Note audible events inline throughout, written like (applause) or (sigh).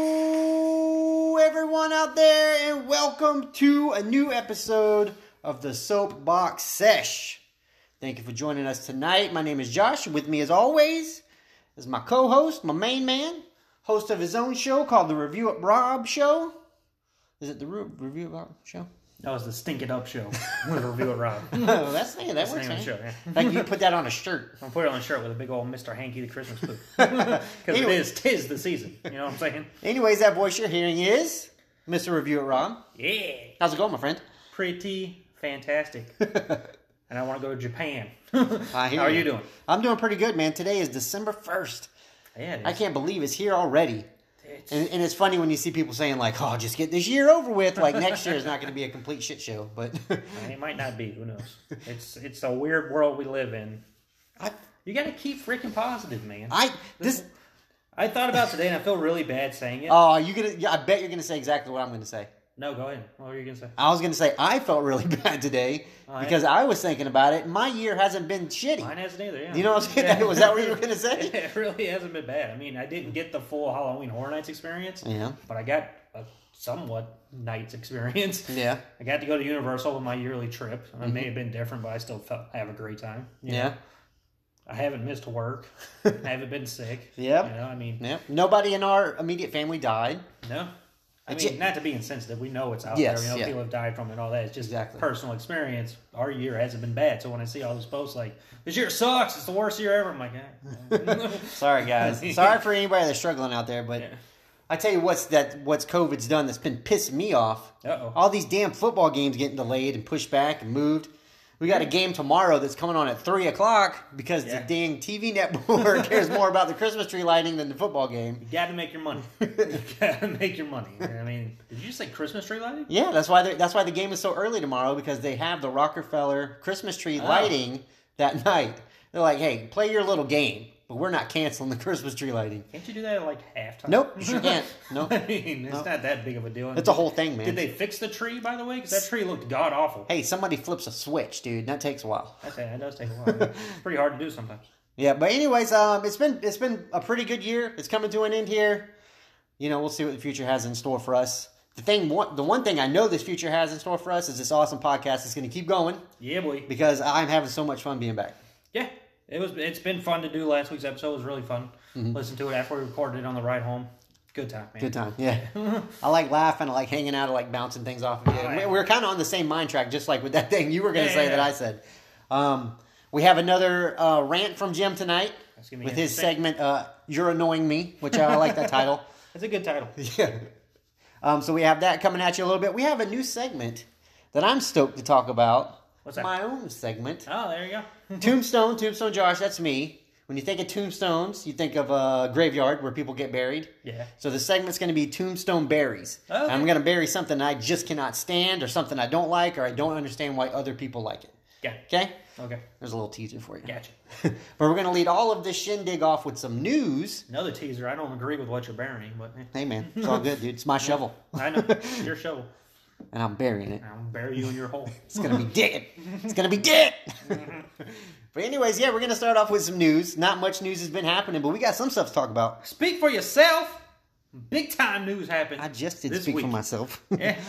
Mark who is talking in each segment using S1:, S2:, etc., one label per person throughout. S1: Hello, everyone out there, and welcome to a new episode of the Soapbox Sesh. Thank you for joining us tonight. My name is Josh. With me, as always, is my co host, my main man, host of his own show called The Review Up Rob Show. Is it The Re- Review Up Rob Show? (laughs)
S2: That was the Stink It Up show. With Review It Rob.
S1: Oh, that's the name. That works.
S2: Name of the
S1: man.
S2: show, yeah.
S1: Like you put that on a shirt.
S2: I'm putting on a shirt with a big old Mr. Hanky the
S1: (laughs)
S2: Christmas boot. Because it
S1: Anyway.
S2: is, tis the season. You know what I'm saying?
S1: Anyways, that voice you're hearing is Mr. Review It Rob.
S2: Yeah.
S1: How's it going, my friend? (laughs)
S2: Pretty fantastic. and I want to go to Japan. (laughs)
S1: I hear
S2: How are you doing?
S1: I'm doing pretty good, man. Today is December 1st.
S2: Yeah, it
S1: I
S2: is.
S1: can't believe it's here already.
S2: It's-
S1: And, and it's funny when you see people saying, like, oh, just get this year over with. Like, next year is not going to be a complete shit show. But (laughs)
S2: It might not be. Who knows? It's it's a weird world we live in.
S1: I,
S2: You got to keep freaking positive, man. I,
S1: I, this,
S2: thought about today and I feel really bad saying it.
S1: oh, you going to, I bet you're going to say exactly what I'm going to say.
S2: no, go ahead. What were you going to say?
S1: I was going to say, I felt really (laughs) bad today
S2: All right.
S1: because I was thinking about it. My year hasn't been shitty.
S2: Mine hasn't either. Yeah.
S1: You know what I'm saying?
S2: (laughs) Yeah.
S1: Was that what you were gonna
S2: (laughs)
S1: say? (laughs)
S2: it really hasn't been bad. I mean, I didn't get the full Halloween Horror Nights experience,
S1: Yeah.
S2: but I got a somewhat nights (laughs) experience.
S1: Yeah.
S2: I got to go to Universal on my yearly trip. It may have been different, but I still felt I have a great time. you
S1: Mm-hmm. Yeah.
S2: know? I haven't
S1: (laughs)
S2: missed work. I haven't been sick.
S1: Yep.
S2: You know, I mean,
S1: (laughs) Yeah. Nobody in our immediate family died.
S2: no. I
S1: It's-
S2: mean, not to be insensitive, we know it's out
S1: Yes,
S2: there. You know,
S1: yeah.
S2: people have died from it and all that. It's just
S1: Exactly.
S2: personal experience. Our year hasn't been bad. So when I see all those posts like, this year sucks, it's the worst year ever, I'm like,
S1: (laughs)
S2: eh.
S1: Sorry,
S2: (laughs)
S1: guys. Sorry for anybody that's struggling out there, but
S2: Yeah.
S1: I tell you what's that what's COVID's done that's been pissing me off.
S2: Uh-oh.
S1: All these damn football games getting delayed and pushed back and moved. We got a game tomorrow that's coming on at three o'clock because
S2: Yeah.
S1: the dang TV
S2: (laughs)
S1: network cares more about the Christmas tree lighting than the football game.
S2: You got to make your money. (laughs) you got to make your money. I mean, did you say Christmas tree lighting?
S1: Yeah, that's why they- that's why the game is so early tomorrow because they have the Rockefeller Christmas tree
S2: Ah.
S1: lighting that night. They're like, hey, play your little game, but we're not canceling the Christmas tree lighting.
S2: Can't you do that at like halftime?
S1: Nope, you sure
S2: (laughs)
S1: can't. Nope.
S2: I mean, it's not that big of a deal.
S1: It's a whole thing, man.
S2: Did they fix the tree, by the way? Because that tree looked god awful.
S1: Hey, somebody flips a switch, dude. That takes a while.
S2: That's that does take a while. it's pretty hard to do sometimes.
S1: Yeah, but anyways, um, it's been it's been a pretty good year. It's coming to an end here. You know, we'll see what the future has in store for us. The thing, one, the one thing I know this future has in store for us is this awesome podcast is going to keep going
S2: Yeah, boy.
S1: because I'm having so much fun being back.
S2: Yeah, it was. It's been fun to do. Last week's episode It was really fun. Listen to it after we recorded it on the ride home. Good time, man.
S1: Mm-hmm. Good time,
S2: (laughs)
S1: yeah. I like laughing, I like hanging out, I like bouncing things off of you.
S2: Oh,
S1: We-
S2: yeah.
S1: We're kind of on the same mind track, just like with that thing you were going to
S2: Yeah,
S1: say
S2: yeah,
S1: that
S2: yeah.
S1: I said. Um, we have another uh, rant from Jim tonight
S2: That's gonna be
S1: with his
S2: interesting.
S1: segment, uh, "You're Annoying Me," which uh, I like that
S2: (laughs)
S1: title.
S2: It's a good title.
S1: Yeah. Um, so we have that coming at you a little bit. We have a new segment that I'm stoked to talk about.
S2: What's that?
S1: My own segment.
S2: (laughs) Oh, there you go.
S1: Tombstone, Tombstone Josh, that's me. When you think of tombstones, you think of a graveyard where people get buried.
S2: Yeah.
S1: So the segment's going to be tombstone berries.
S2: Okay.
S1: I'm going to bury something I just cannot stand or something I don't like or I don't understand why other people like it.
S2: Yeah.
S1: Okay?
S2: Okay.
S1: There's a little teaser for you.
S2: Gotcha.
S1: (laughs) but we're going to lead all of this shindig off with some news.
S2: Another teaser. I don't agree with what you're burying, but eh.
S1: Hey man, it's all good, dude.
S2: (laughs)
S1: It's my shovel.
S2: I
S1: (laughs)
S2: know your shovel.
S1: and I'm burying it.
S2: I'll bury you in your hole.
S1: It's gonna be dead. It's gonna be dead. (laughs) but anyways, yeah, we're gonna start off with some news. Not much news has been happening, but we got some stuff to talk about.
S2: Speak for yourself. Big time news happened.
S1: I just did
S2: this
S1: speak
S2: week.
S1: for myself.
S2: Yeah. (laughs)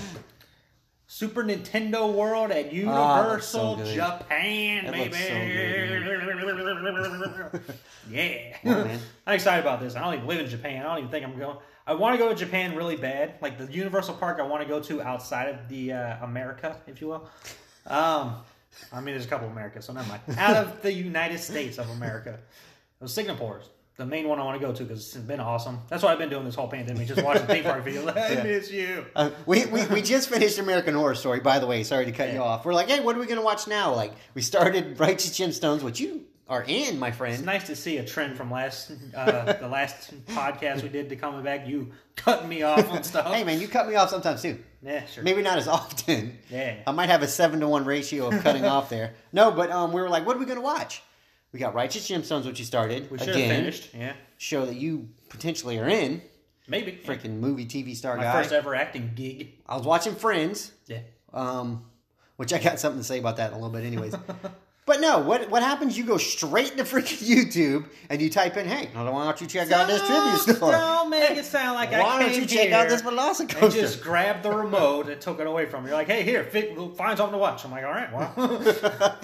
S2: Super Nintendo World at
S1: Ah, that's so
S2: Universal
S1: good.
S2: Japan,
S1: That
S2: baby.
S1: looks so (laughs)
S2: yeah.
S1: man.
S2: I'm excited about this. I don't even live in Japan. I don't even think I'm going. I want to go to Japan really bad. Like the Universal Park, I want to go to outside of the uh, America, if you will. Um, I mean, there's a couple of America, so never mind. Out of the United States of America, it was Singapore's the main one I want to go to because it's been awesome. That's what I've been doing this whole pandemic, just
S1: (laughs)
S2: watching theme park videos. I miss you.
S1: Uh, we, we, we just finished American Horror Story, by the way. Sorry to cut you off. We're like, hey, what are we gonna watch now? Like, we started (laughs) Righteous Gemstones, which you are in, my
S2: It's
S1: friend.
S2: nice to see a trend from
S1: (laughs)
S2: last uh, the last podcast we did to coming back. You cutting me
S1: (laughs)
S2: off on stuff.
S1: Hey man, you cut me off sometimes too.
S2: yeah, sure.
S1: Maybe not as (laughs) often.
S2: Yeah.
S1: I might have a seven to one ratio of
S2: (laughs)
S1: cutting off there. No, but um, we were like, what are we gonna watch? We got Righteous Gemstones, which you started
S2: we should have
S1: again.
S2: finished. Yeah,
S1: Show that you potentially are in.
S2: maybe
S1: freaking movie TV star
S2: my
S1: guy.
S2: first ever acting gig.
S1: I was watching Friends,
S2: Yeah, (laughs)
S1: um, which I got something to say about that in a little bit, anyways. But no, what what happens? You go straight to freaking (laughs) YouTube and you type in, "Hey, why don't you check out this tribute store?
S2: Don't make it sound like I
S1: why don't
S2: came
S1: you check out
S2: here
S1: this Velocicoaster?" (laughs)
S2: and just (laughs) grabbed the remote and took it away from me. You're like, hey, here, fi- find something to watch. I'm like, all
S1: (laughs)
S2: right, well,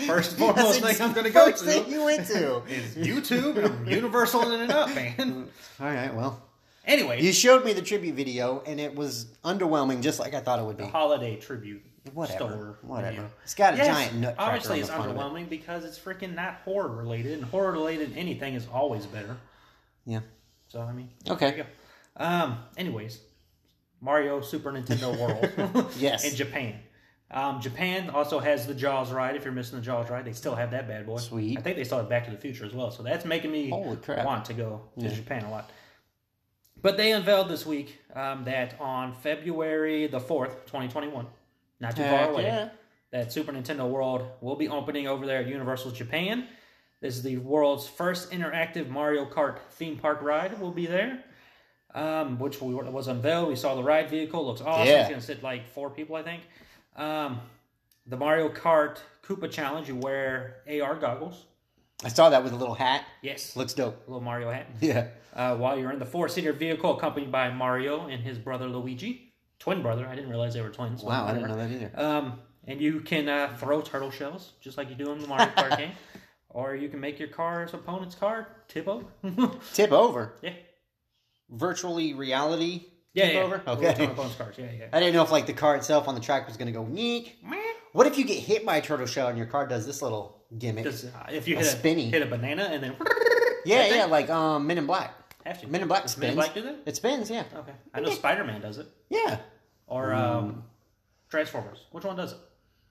S2: first and foremost
S1: That's
S2: thing I'm going
S1: the
S2: to go
S1: first thing
S2: to
S1: you went
S2: (laughs)
S1: to.
S2: is YouTube. and I'm universal in it
S1: (laughs)
S2: up, man.
S1: All right, well,
S2: Anyway,
S1: you showed me the tribute video, and it was underwhelming, just like I thought it would be.
S2: holiday tribute.
S1: Whatever,
S2: Store
S1: whatever.
S2: video.
S1: It's got a
S2: Yes,
S1: giant nut cracker
S2: Obviously,
S1: on
S2: it's
S1: the front of it.
S2: underwhelming because it's freaking not horror related, and horror related anything is always better.
S1: Yeah.
S2: So I mean,
S1: Okay.
S2: there you go. Um. Anyways, Mario Super Nintendo World.
S1: (laughs)
S2: (laughs)
S1: Yes.
S2: In Japan. Um, Japan also has the Jaws ride. If you're missing the Jaws ride, they still have that bad boy.
S1: Sweet.
S2: I think they still have Back to the Future as well. So that's making me
S1: Holy crap.
S2: want to go to Japan a lot. But they unveiled this week um, that on February the fourth, 2021, not too far
S1: Heck
S2: away,
S1: yeah.
S2: that Super Nintendo World will be opening over there at Universal Japan. This is the world's first interactive Mario Kart theme park ride. Will be there, um, which we, was unveiled. We saw the ride vehicle. Looks awesome.
S1: Yeah.
S2: It's gonna sit like four people, I think. Um, the Mario Kart Koopa Challenge. You wear AR goggles.
S1: I saw that with a little hat.
S2: Yes,
S1: Looks dope. (laughs)
S2: little Mario hat.
S1: Yeah.
S2: Uh, while you're in the four-seater vehicle, accompanied by Mario and his brother Luigi, twin brother. I didn't realize they were twins. but
S1: Wow, I
S2: whatever.
S1: didn't know that either.
S2: Um, and you can uh, throw turtle shells just like you do in the Mario
S1: (laughs)
S2: Kart game, or you can make your car's opponent's car tip (laughs) over.
S1: Tip over.
S2: yeah,
S1: Virtually reality.
S2: yeah,
S1: tip
S2: yeah.
S1: over.
S2: We're
S1: Okay.
S2: throwing opponent's cars. Yeah,
S1: (laughs)
S2: yeah.
S1: I didn't know if like the car itself on the track was gonna go neek. What if you get hit by a turtle shell and your car does this little gimmick?
S2: Just, uh, if you
S1: A
S2: hit a,
S1: spinny.
S2: hit a banana and
S1: (laughs)
S2: then
S1: yeah, yeah, like um, Men in Black.
S2: have to.
S1: Men in Black
S2: Does
S1: spins.
S2: Men in Black Oh. do that?
S1: It spins, yeah,
S2: Okay,
S1: (laughs)
S2: I know Spider-Man does it,
S1: yeah.
S2: or
S1: Mm.
S2: um, Transformers. Which one does it?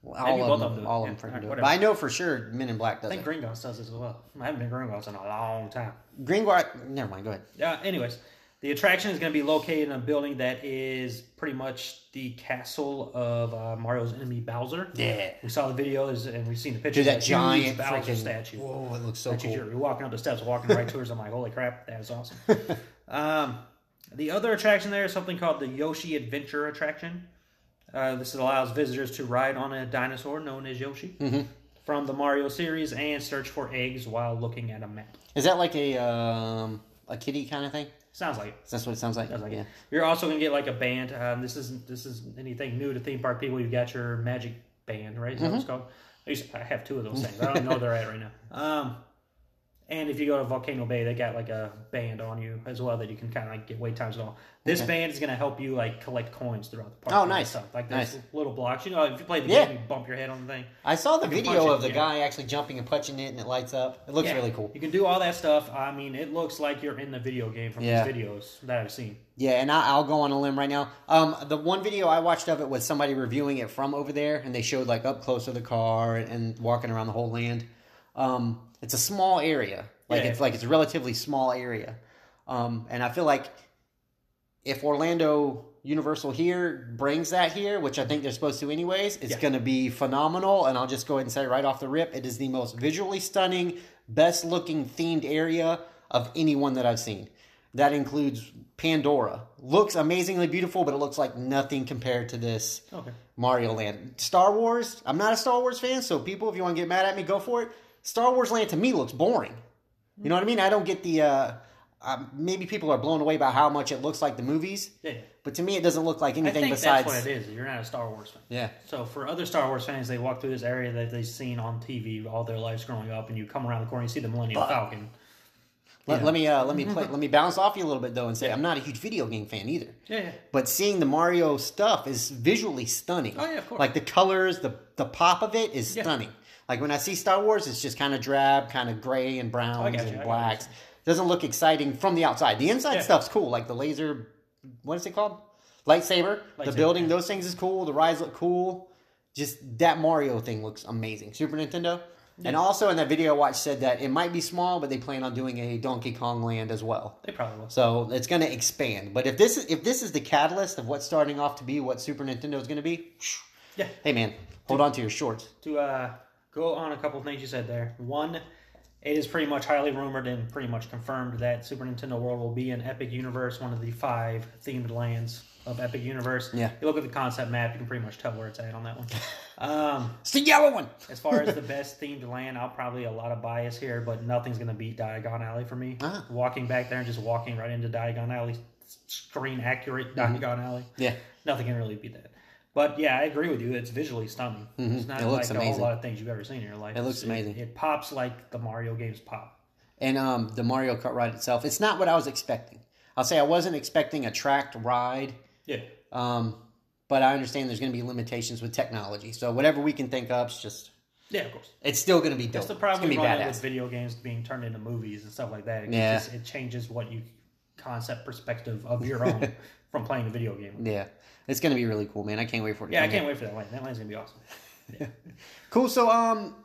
S1: Well,
S2: Maybe
S1: all
S2: both
S1: of
S2: of them
S1: them,
S2: do it.
S1: all of
S2: Yeah,
S1: them freaking
S2: alright,
S1: do it.
S2: whatever.
S1: But I know for sure Men in Black does
S2: I think
S1: it.
S2: Gringos does it as well. I haven't been to Gringos in a long time.
S1: Green Guard. Never mind. Go ahead.
S2: Uh, anyways, the attraction is going to be located in a building that is pretty much the castle of uh, Mario's enemy Bowser.
S1: Yeah.
S2: We saw the videos and we've seen the pictures.
S1: Dude, that
S2: of
S1: giant
S2: huge Bowser
S1: freaking-
S2: statue.
S1: Whoa, it looks so
S2: Which is
S1: cool.
S2: you're, you're walking up the steps, walking right towards. it. I'm like, holy crap, that
S1: (laughs)
S2: is awesome. um, the other attraction there is something called the Yoshi Adventure attraction. Uh, this allows visitors to ride on a dinosaur known as Yoshi
S1: Mm-hmm.
S2: from the Mario series and search for eggs while looking at a map.
S1: Is that like a um a kitty kind of thing?
S2: Sounds like it.
S1: That's what it sounds like.
S2: I was like,
S1: yeah.
S2: You're also gonna get like a band. Um, this isn't this is anything new to theme park people. You've got your magic band, right? Is that what
S1: Mm-hmm.
S2: it's called? I used to, I have two of those things. I don't know where they're
S1: (laughs)
S2: at right now. Um, and if you go to Volcano Bay, they got like a band on you as well that you can kind of like get wait times and all. This band is gonna help you like collect coins throughout the park.
S1: Oh,
S2: and
S1: nice.
S2: Stuff. Like there's
S1: Nice.
S2: little blocks. You know, if you play the
S1: Yeah.
S2: game, you bump your head on the thing.
S1: I saw the
S2: You can
S1: video
S2: punch it,
S1: of the
S2: yeah.
S1: guy actually jumping and punching it, and it lights up. It looks
S2: Yeah.
S1: really cool.
S2: You can do all that stuff. I mean, it looks like you're in the video game from
S1: Yeah.
S2: these videos that I've seen.
S1: Yeah, and I, I'll go on a limb right now. Um, the one video I watched of it was somebody reviewing it from over there, and they showed like up close of the car and, and walking around the whole land. Um, it's a small area, like
S2: Yeah.
S1: it's like it's a relatively small area, um, and I feel like if Orlando Universal here brings that here, which I think they're supposed to anyways, it's
S2: Yeah.
S1: going to be phenomenal. And I'll just go ahead and say right off the rip, it is the most visually stunning, best looking themed area of anyone that I've seen. That includes Pandora. Looks amazingly beautiful, but it looks like nothing compared to this
S2: Okay.
S1: Mario Land. Star Wars, I'm not a Star Wars fan, so people, if you want to get mad at me, go for it. Star Wars Land to me looks boring. You know what I mean? I don't get the. Uh, uh, maybe people are blown away by how much it looks like the movies,
S2: Yeah.
S1: but to me, it doesn't look like
S2: I
S1: anything
S2: think
S1: besides.
S2: that's what it is. You're not a Star Wars fan.
S1: Yeah,
S2: So for other Star Wars fans, they walk through this area that they've seen on TV all their lives growing up, and you come around the corner, you see the Millennium Falcon.
S1: Let, let me uh, let me play,
S2: (laughs)
S1: let me bounce off you a little bit though and say I'm not a huge video game fan either.
S2: Yeah, yeah.
S1: But seeing the Mario stuff is visually stunning.
S2: Oh, yeah, of course.
S1: Like the colors, the the pop of it is stunning. Like when I see Star Wars, it's just kind of drab, kind of gray and browns
S2: gotcha, I
S1: and
S2: gotcha.
S1: blacks. doesn't look exciting from the outside. The inside
S2: Yeah.
S1: stuff's cool, like the laser. What is it called? Lightsaber. the
S2: Lightsaber,
S1: building,
S2: yeah.
S1: those things is cool. The rides look cool. Just that Mario thing looks amazing. Super Nintendo. And also in that video I watched said that it might be small, but they plan on doing a Donkey Kong Land as well.
S2: They probably will.
S1: So it's going to expand. But if this is if this is the catalyst of what's starting off to be what Super Nintendo is going to be,
S2: Yeah.
S1: hey man, hold on to your shorts.
S2: To uh, go on a couple of things you said there. One, It is pretty much highly rumored and pretty much confirmed that Super Nintendo World will be an Epic Universe, one of the five themed lands of Epic Universe.
S1: Yeah.
S2: You look at the concept map, you can pretty much tell where it's at on (laughs) that one. Um,
S1: It's the yellow one.
S2: as far as the best themed land, I'll probably a lot of bias here, but nothing's gonna beat Diagon Alley for me.
S1: Ah.
S2: Walking back there and just walking right into Diagon Alley, s- screen accurate
S1: Mm-hmm.
S2: Diagon Alley.
S1: Yeah.
S2: Nothing can really beat that. But yeah, I agree with you. It's visually stunning. It's not
S1: Mm-hmm. It looks
S2: like a whole
S1: amazing.
S2: lot of things you've ever seen in your life. It
S1: looks amazing.
S2: It, pops like the Mario games pop.
S1: And um, the Mario Kart ride itself, it's not what I was expecting. I'll say I wasn't expecting a tracked ride,
S2: Yeah.
S1: um, but I understand there's going to be limitations with technology. So whatever we can think up, it's just
S2: Yeah, of course.
S1: it's still going to be dope.
S2: That's the problem
S1: it's
S2: we
S1: going to
S2: run
S1: be
S2: into
S1: badass.
S2: with video games being turned into movies and stuff like that. It
S1: Yeah.
S2: just- it changes what you concept perspective of your
S1: (laughs)
S2: own from playing a video game.
S1: Yeah, it's going to be really cool, man. I can't wait for it. to
S2: Yeah, I
S1: come out.
S2: can't wait for that land. That land's gonna be awesome.
S1: Cool. So, um,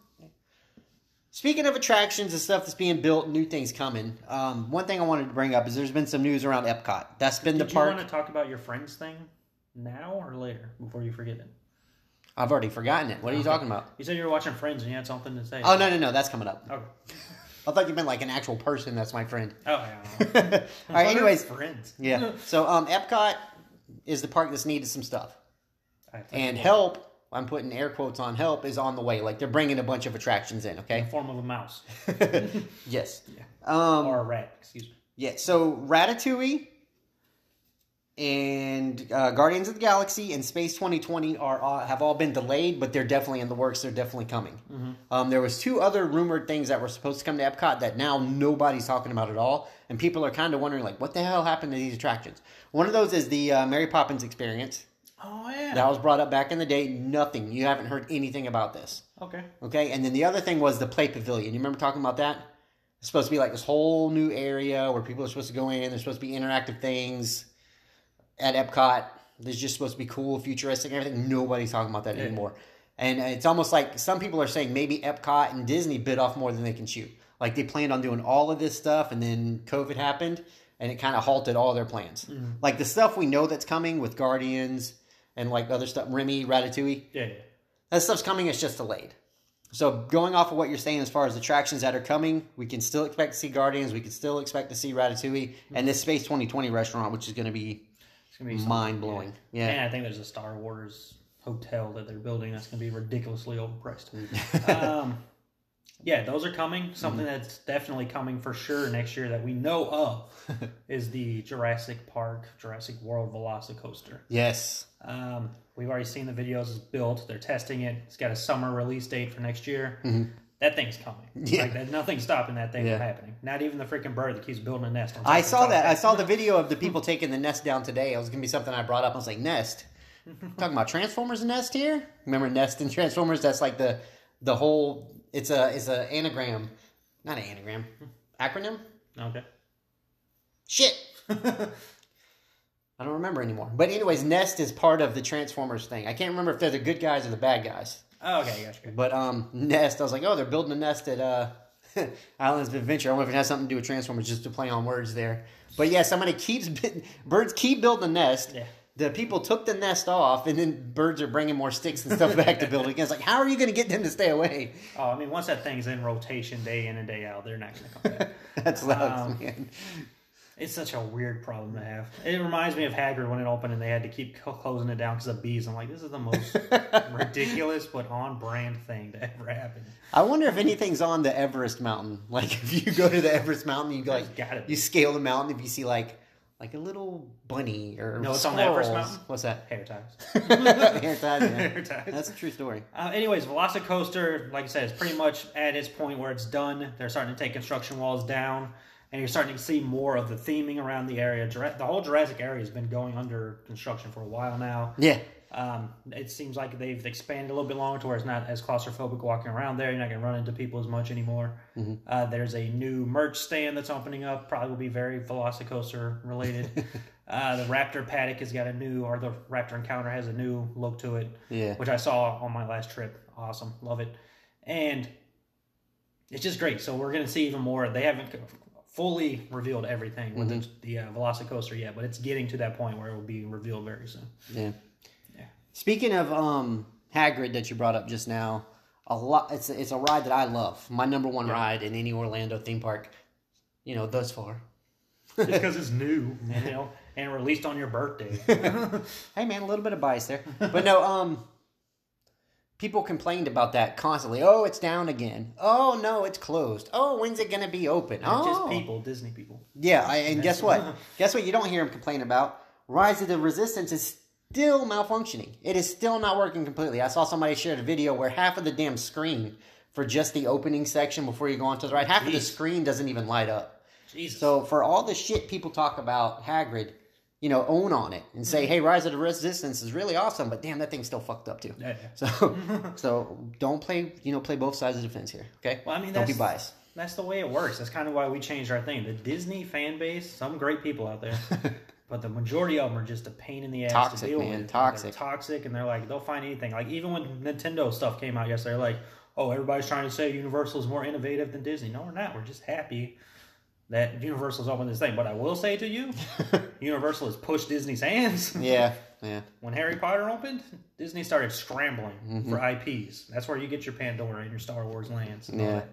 S1: speaking of attractions and stuff that's being built, new things coming. Um, one thing I wanted to bring up is there's been some news around Epcot. That's been
S2: Did
S1: the
S2: you
S1: park.
S2: want to talk about your friends thing now or later before you forget it?
S1: I've already forgotten it. What are you talking about?
S2: You said you were watching Friends and you had something to say.
S1: Oh no, no, no. That's coming up.
S2: Okay.
S1: I thought you meant like an actual person. That's my friend. (laughs)
S2: Oh, yeah.
S1: All right. Anyways,
S2: Friends. (laughs)
S1: yeah. So, um, Epcot is the park that's needed some stuff,
S2: I have to-
S1: and help. I'm putting air quotes on help is on the way. Like they're bringing a bunch of attractions in. Okay. (laughs)
S2: form of a mouse
S1: yes. Um,
S2: or a rat. Excuse me.
S1: Yeah, so Ratatouille and uh, Guardians of the Galaxy and Space 2020 are all, have all been delayed, but they're definitely in the works. They're definitely coming. Um, there was two other rumored things that were supposed to come to Epcot that now nobody's talking about at all, and people are kind of wondering like, what the hell happened to these attractions? One of those is the uh, Mary Poppins experience
S2: Oh yeah.
S1: that was brought up back in the day. Nothing. You haven't heard anything about this.
S2: okay.
S1: Okay, and then the other thing was the play pavilion. You remember talking about that? It's supposed to be like this whole new area where people are supposed to go in. There's supposed to be interactive things at Epcot. There's just supposed to be cool, futuristic, and everything. Nobody's talking about that anymore. And it's almost like some people are saying maybe Epcot and Disney bit off more than they can chew. Like they planned on doing all of this stuff, and then COVID happened, and it kind of halted all their plans. Like the stuff we know that's coming with Guardians and like other stuff, Remy, Ratatouille
S2: Yeah. yeah.
S1: that stuff's coming. It's just delayed. So going off of what you're saying, as far as attractions that are coming, we can still expect to see Guardians. We can still expect to see Ratatouille and this Space 2020 restaurant, which is going to be
S2: It's gonna be something.
S1: mind blowing.
S2: Yeah.
S1: Yeah.
S2: And I think there's a Star Wars hotel that they're building that's gonna be ridiculously
S1: (laughs)
S2: overpriced. um, yeah, those are
S1: Mm-hmm.
S2: coming. Something that's definitely coming for sure next year that we know of
S1: (laughs)
S2: is the Jurassic Park, Jurassic World Velocicoaster.
S1: Yes.
S2: Um, we've already seen the videos. It's built. They're testing it. It's got a summer release date for next year. That thing's coming.
S1: Mm-hmm. Yeah.
S2: Like, there's nothing stopping that thing
S1: Yeah.
S2: from happening. Not even the freaking bird that keeps building a nest. On top
S1: I
S2: of
S1: saw
S2: itself.
S1: that. I saw the video of the people taking the nest down today. It was going to be something I brought up. I was like, Nest. Talking about Transformers Nest here. Remember Nest and Transformers? That's like the the whole. It's a it's a anagram, not an anagram, acronym.
S2: Okay.
S1: Shit. (laughs) I don't remember anymore. But anyways, Nest is part of the Transformers thing. I can't remember if they're the good guys or the bad guys.
S2: Oh, okay. Gotcha.
S1: But um, Nest, I was like, oh, they're building a nest at uh, (laughs) Islands of Adventure. I don't know if it has something to do with Transformers, just to play on words there. But yeah, somebody keeps (laughs) birds keep building a nest.
S2: Yeah.
S1: The people took the nest off, and then birds are bringing more sticks and stuff back to build it again. It's like, how are you going to get them to stay away? (laughs)
S2: Oh, I mean, once that thing's in rotation day in and day out, they're not going
S1: (laughs)
S2: to come back.
S1: That's loud,
S2: Um,
S1: man.
S2: It's such a weird problem to have. It reminds me of Hagrid when it opened and they had to keep co- closing it down because of bees. I'm like, this is
S1: (laughs)
S2: the most ridiculous but on brand thing to ever happen.
S1: I wonder if anything's on the Everest mountain. (laughs) Like if you go to the Everest mountain, you go like
S2: gotta be.
S1: you scale the mountain. If you see like like a little bunny or
S2: No, it's on the Everest
S1: squirrels.
S2: mountain?
S1: What's
S2: (laughs)
S1: that?
S2: Hair ties.
S1: (laughs) Hair ties, yeah.
S2: Hair ties.
S1: That's a true story.
S2: Uh, anyways, Velocicoaster, like I said, is pretty much at its point where it's done. They're starting to take construction walls down, and you're starting to see more of the theming around the area. Jura- the whole Jurassic area has been going under construction for a while now.
S1: Yeah,
S2: Um, it seems like they've expanded a little bit longer to where it's not as claustrophobic walking around there. You're not going to run into people as much anymore. Uh, there's a new merch stand that's opening up. Probably will be very Velocicoaster related. uh, the Raptor paddock has got a new, or the Raptor encounter has a new look to it
S1: yeah.
S2: which I saw on my last trip. Awesome, love it, and it's just great. So we're gonna see even more. They haven't fully revealed everything with the, the uh, Velocicoaster yet, but it's getting to that point where it will be revealed very soon.
S1: Yeah. Speaking of um Hagrid that you brought up just now, a lot. It's a, it's a ride that I love. My number one ride in any Orlando theme park, you know, thus far.
S2: (laughs) Just because it's new, you know, and released on your (laughs) birthday.
S1: (laughs) Hey man, a little bit of bias there, but no. Um, people complained about that constantly. Oh, it's down again. Oh no, it's closed. Oh, when's it gonna be open? Oh,
S2: Just people, Disney people.
S1: Yeah, I, and guess what? guess what? You don't hear him complain about Rise of the Resistance is still malfunctioning. It is still not working completely. I saw somebody shared a video where half of the damn screen for just the opening section before you go on to the right, half of the
S2: Jeez.
S1: screen doesn't even light up.
S2: Jesus.
S1: So for all the shit people talk about Hagrid, you know, own on it and say, "Hey, Rise of the Resistance is really awesome," but damn, that thing's still fucked up too.
S2: Yeah, yeah.
S1: (laughs) So, so don't play, you know, play both sides of the fence here. Okay,
S2: Well, I mean,
S1: don't be
S2: that's-
S1: biased.
S2: That's the way it works. That's kind of why we changed our thing. The Disney fan base, some great people
S1: (laughs)
S2: out there, but the majority of them are just a pain in the ass
S1: Toxic,
S2: to deal
S1: man.
S2: with. They're
S1: Toxic.
S2: toxic, and they're like they'll find anything. Like even when Nintendo stuff came out yesterday, they're like, oh, everybody's trying to say Universal is more innovative than Disney. No, we're not. We're just happy that Universal's up on this thing. But I will say
S1: (laughs)
S2: to you, Universal has pushed Disney's hands. (laughs)
S1: Yeah, yeah.
S2: When Harry Potter opened, Disney started scrambling
S1: Mm-hmm.
S2: for IPs. That's where you get your Pandora and your Star Wars lands. And all
S1: Yeah.
S2: that.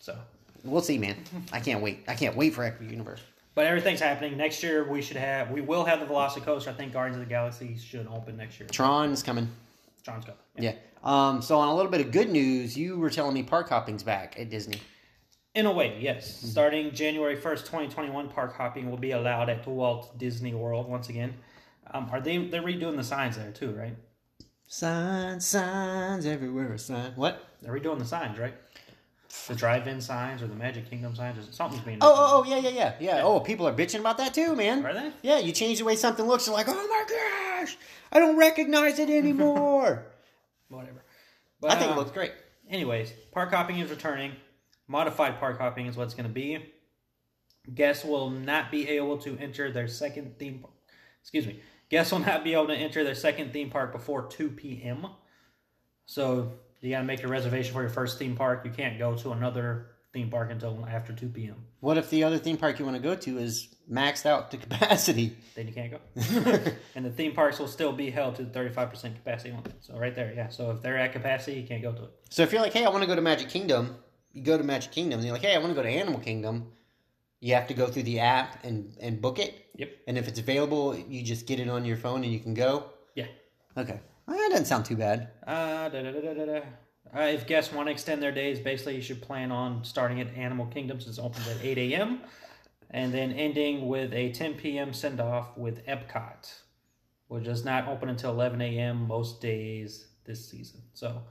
S2: So.
S1: We'll see, man. I can't wait. I can't wait for Echo Universe.
S2: But everything's happening. Next year we should have we will have the Velocicoaster. I think Guardians of the Galaxy should open next year.
S1: Tron's coming.
S2: John's coming.
S1: Yeah. Um, so on a little bit of good news, you were telling me park hopping's back at Disney.
S2: In a way, yes. Starting January first, twenty twenty one, park hopping will be allowed at Walt Disney World once again. Um, are they they're redoing the signs there too, right?
S1: Signs, signs everywhere. a Sign. What?
S2: They're redoing the signs, right? The drive in signs or the Magic Kingdom signs or something's being
S1: Oh, oh, oh, yeah, yeah, yeah, yeah. Oh, people are bitching about that too, man.
S2: Are they?
S1: Yeah, you change the way something looks. You're like, oh my gosh, I don't recognize it anymore.
S2: whatever.
S1: (laughs)
S2: But,
S1: I think it
S2: um,
S1: looks great.
S2: Anyways, park hopping is returning. Modified park hopping is what's going to be. Guests will not be able to enter their second theme park. Excuse me. Guests will not be able to enter their second theme park before 2 p.m. So you got to make your reservation for your first theme park. You can't go to another theme park until after 2 p.m.
S1: What if the other theme park you want to go to is maxed out to (laughs) capacity?
S2: Then you can't go. and the theme parks will still be held to 35% capacity limit. So right there, yeah. So if they're at capacity, you can't go to it.
S1: So if you're like, hey, I want to go to Magic Kingdom, you go to Magic Kingdom. And you're like, hey, I want to go to Animal Kingdom. You have to go through the app and, and book it.
S2: Yep.
S1: And if it's available, you just get it on your phone and you can go.
S2: Yeah.
S1: Okay. Well, that doesn't sound too bad.
S2: Uh, da, da, da, da, da, da. Uh, if guests want to extend their days, basically you should plan on starting at Animal Kingdom since it opens at 8 a.m. and then ending with a 10 p.m. send off with Epcot, which does not open until 11 a.m. most days this season. So,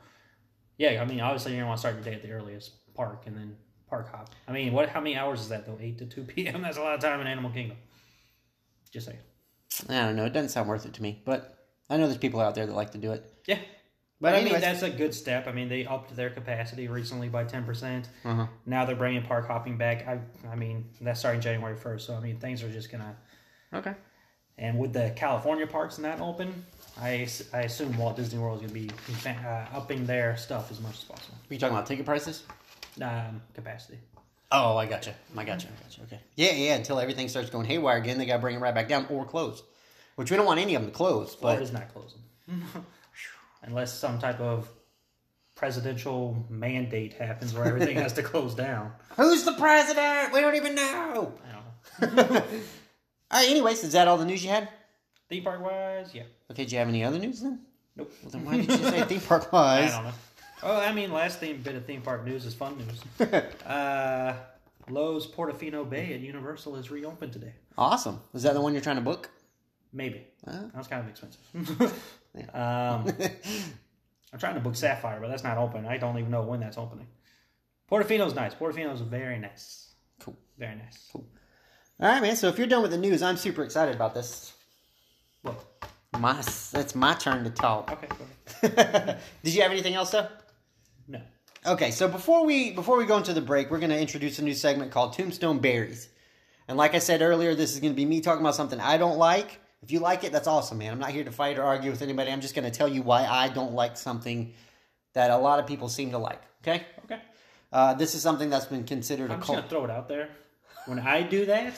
S2: yeah, I mean, obviously you're going to want to start your day at the earliest park and then park hop. I mean, what? how many hours is that though? 8 to 2 p.m.? (laughs) That's a lot of time in Animal Kingdom. Just saying.
S1: I don't know. It doesn't sound worth it to me. But I know there's people out there that like to do it.
S2: Yeah.
S1: But
S2: I
S1: anyways,
S2: mean, that's a good step. I mean, they upped their capacity recently by 10%.
S1: Uh-huh.
S2: Now they're bringing park hopping back. I, I mean, that's starting January 1st. So, I mean, things are just going to.
S1: okay.
S2: And with the California parks not open, I, s- I assume Walt Disney World is going to be uh, upping their stuff as much as possible.
S1: Are you talking about ticket prices?
S2: Um, capacity.
S1: Oh, I gotcha. I gotcha.
S2: Mm-hmm.
S1: I gotcha. Okay. Yeah, yeah. Until everything starts going haywire again, they got to bring it right back down or close. Which we don't want any of them to close. But
S2: Florida's not closing. (laughs) Unless some type of presidential mandate happens where everything has to
S1: (laughs)
S2: close down.
S1: who's the president? We don't even
S2: (laughs)
S1: know.
S2: I don't know.
S1: All right, anyways, is that all the news you had?
S2: Theme park wise, yeah.
S1: Okay, do you have any other news then?
S2: Nope.
S1: Well, then why did you say theme park
S2: (laughs) I
S1: wise?
S2: don't know. Oh, I mean, last theme bit of theme park news is fun
S1: (laughs)
S2: news. uh, Lowe's Portofino Bay at Universal is reopened today.
S1: Awesome. Is that the one you're trying to book?
S2: Maybe
S1: Huh?
S2: that was kind
S1: (laughs)
S2: of expensive. (laughs) um, I'm trying to book Sapphire, but that's not open. I don't even know when that's opening. Portofino's nice. Portofino's very nice.
S1: Cool.
S2: Very nice.
S1: All right, man. So if you're done with the news, I'm super excited about this.
S2: Well,
S1: My, it's my turn to talk. (laughs)
S2: okay. go ahead.
S1: Did you have anything else though?
S2: No.
S1: Okay, so before we before we go into the break, we're going to introduce a new segment called Tombstone Berries. And like I said earlier, this is going to be me talking about something I don't like. If you like it, that's awesome, man. I'm not here to fight or argue with anybody. I'm just going to tell you why I don't like something that a lot of people seem to like. Okay,
S2: Okay.
S1: uh, this is something that's been considered a
S2: I'm just gonna
S1: cult.
S2: throw it out there. When I do that,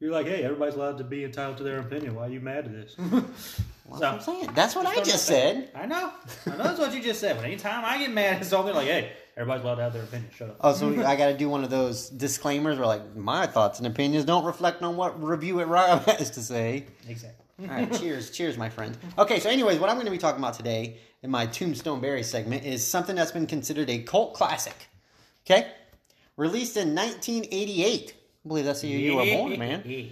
S2: you're like, "Hey, everybody's allowed to be entitled to their opinion. Why are you mad at this?" (laughs)
S1: Well,
S2: So-
S1: that's what I'm saying. That's what I
S2: That's
S1: just
S2: what I'm
S1: said.
S2: saying. I know. I know that's what you just said. But anytime I get mad at something, like, hey, everybody's allowed to have their opinion. Shut up.
S1: Oh, so
S2: (laughs)
S1: we- I got to do one of those disclaimers where, like, my thoughts and opinions don't reflect on what review it (laughs) Rob has to say.
S2: Exactly.
S1: All right, cheers, cheers, my friend. Okay, so anyways, what I'm going to be talking about today in my Tombstone Berry segment is something that's been considered a cult classic. Okay, released in 1988. I believe that's the year you were born, man.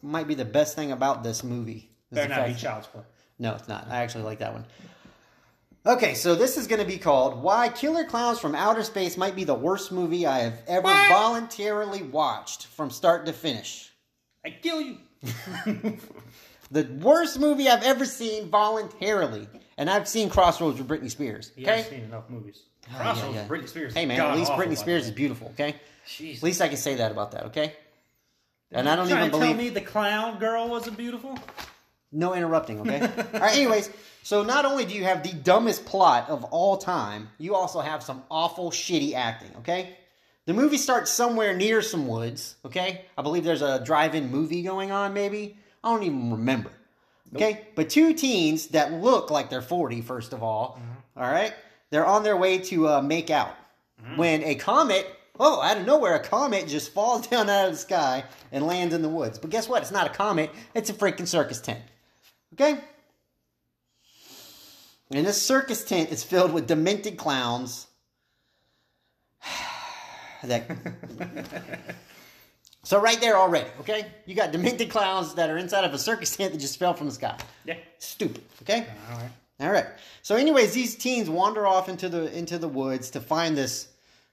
S1: Might be the best thing about this movie. is
S2: Better
S1: the
S2: not be
S1: fact-
S2: child's play.
S1: no, it's not. I actually like that one. Okay, so this is going to be called "Why Killer Clowns from Outer Space Might Be the Worst Movie I Have Ever Voluntarily Watched from Start to Finish."
S2: I kill you.
S1: the worst movie I've ever seen voluntarily. And I've seen Crossroads with Britney Spears.
S2: (laughs) You
S1: Okay. Oh,
S2: haven't seen enough movies.
S1: yeah,
S2: Crossroads,
S1: yeah.
S2: Britney Spears.
S1: Hey man, at least Britney Spears is beautiful. Okay.
S2: Jeez.
S1: At least I can say that about that. Okay. And I don't
S2: Trying
S1: even
S2: to
S1: believe
S2: Tell me the clown girl
S1: (laughs)
S2: wasn't beautiful.
S1: no interrupting. Okay. all right. Anyways, so not only do you have the dumbest plot of all time, you also have some awful, shitty acting. Okay. The movie starts somewhere near some woods. Okay. I believe there's a drive-in movie going on. Maybe I don't even remember. Okay, but two teens that look like they're 40, first of all, all right, they're on their way to uh, make out when a comet, oh, out of nowhere, a comet just falls (laughs) down out of the sky and lands in the woods. But guess what? It's not a comet, it's a freaking circus tent. Okay? And this circus tent is filled with demented clowns (sighs) that so right there already, okay? You got demented clowns that are inside of a circus tent that just fell from the sky.
S2: Yeah.
S1: Stupid, okay?
S2: All right.
S1: All right. So anyways, these teens wander off into the into the woods to find this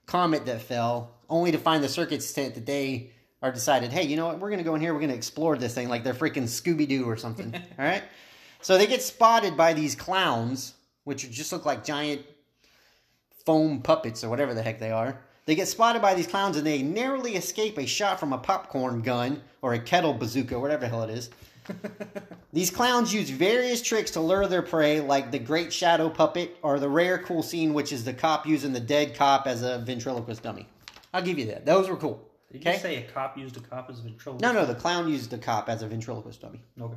S1: comet that fell, only to find the circus tent that they are decided, "Hey, you know what? We're going to go in here. We're going to explore this thing like they're freaking Scooby-Doo or something." All right? So they get spotted by these clowns, which just look like giant foam puppets or whatever the heck they are. They get spotted by these clowns and they narrowly escape a shot from a popcorn gun or a kettle bazooka, whatever the hell it is. These clowns use various tricks to lure their prey, like the great shadow puppet or the rare cool scene, which is the cop using the dead cop as a ventriloquist dummy. I'll give you that. Those were cool.
S2: Did
S1: Okay.
S2: you say a cop used a cop as a control?
S1: No, no, the clown used the cop as a ventriloquist dummy.
S2: Okay.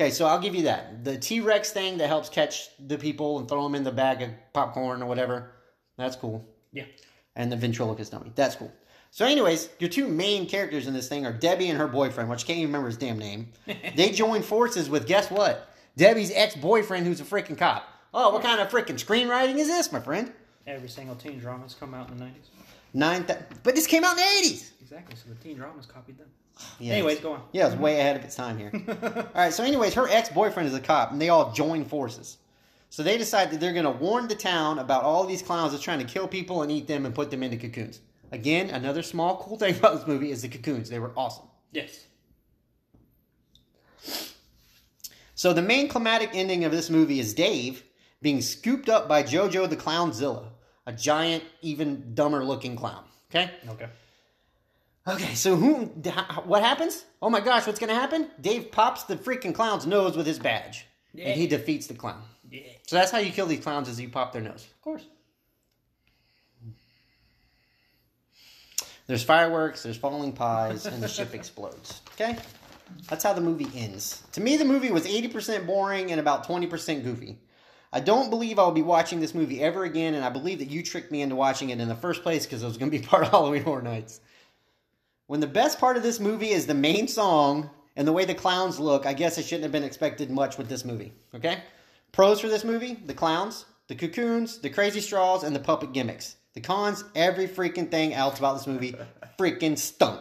S1: Okay, so I'll give you that. The T Rex thing that helps catch the people and throw them in the bag of popcorn or whatever. That's cool.
S2: Yeah.
S1: And the ventriloquist dummy. That's cool. So, anyways, your two main characters in this thing are Debbie and her boyfriend, which I can't even remember his damn name.
S2: (laughs)
S1: they join forces with guess what? Debbie's ex boyfriend, who's a freaking cop. Oh, what kind of freaking screenwriting is this, my friend?
S2: Every single teen drama's come out in the nineties.
S1: Nine, th- but this came out in the eighties.
S2: Exactly. So the teen dramas copied them.
S1: Yeah,
S2: Anyways,
S1: it's-
S2: go on.
S1: Yeah, it's way ahead of its time
S2: (laughs)
S1: here. (laughs) all right, so anyways, her ex-boyfriend is a cop, and they all join forces. So they decide that they're going to warn the town about all these clowns that's trying to kill people and eat them and put them into cocoons. Again, another small cool thing about this movie is the cocoons. They were awesome.
S2: Yes.
S1: So the main climatic ending of this movie is Dave being scooped up by Jojo the Clownzilla, a giant, even dumber looking clown. Okay?
S2: Okay.
S1: Okay, so who? What happens? Oh my gosh, what's gonna happen? Dave pops the freaking clown's nose with his badge, and he defeats the clown.
S2: Yeah.
S1: So that's how you kill these clowns: is you pop their nose.
S2: Of course.
S1: There's fireworks, there's falling pies, and the ship explodes. Okay, that's how the movie ends. To me, the movie was 80% boring and about 20% goofy. I don't believe I'll be watching this movie ever again, and I believe that you tricked me into watching it in the first place because it was going to be part of Halloween Horror Nights. When the best part of this movie is the main song and the way the clowns look, I guess I shouldn't have been expected much with this movie. Okay? Pros for this movie the clowns, the cocoons, the crazy straws, and the puppet gimmicks. The cons, every freaking thing else about this
S2: (laughs)
S1: movie freaking stunk.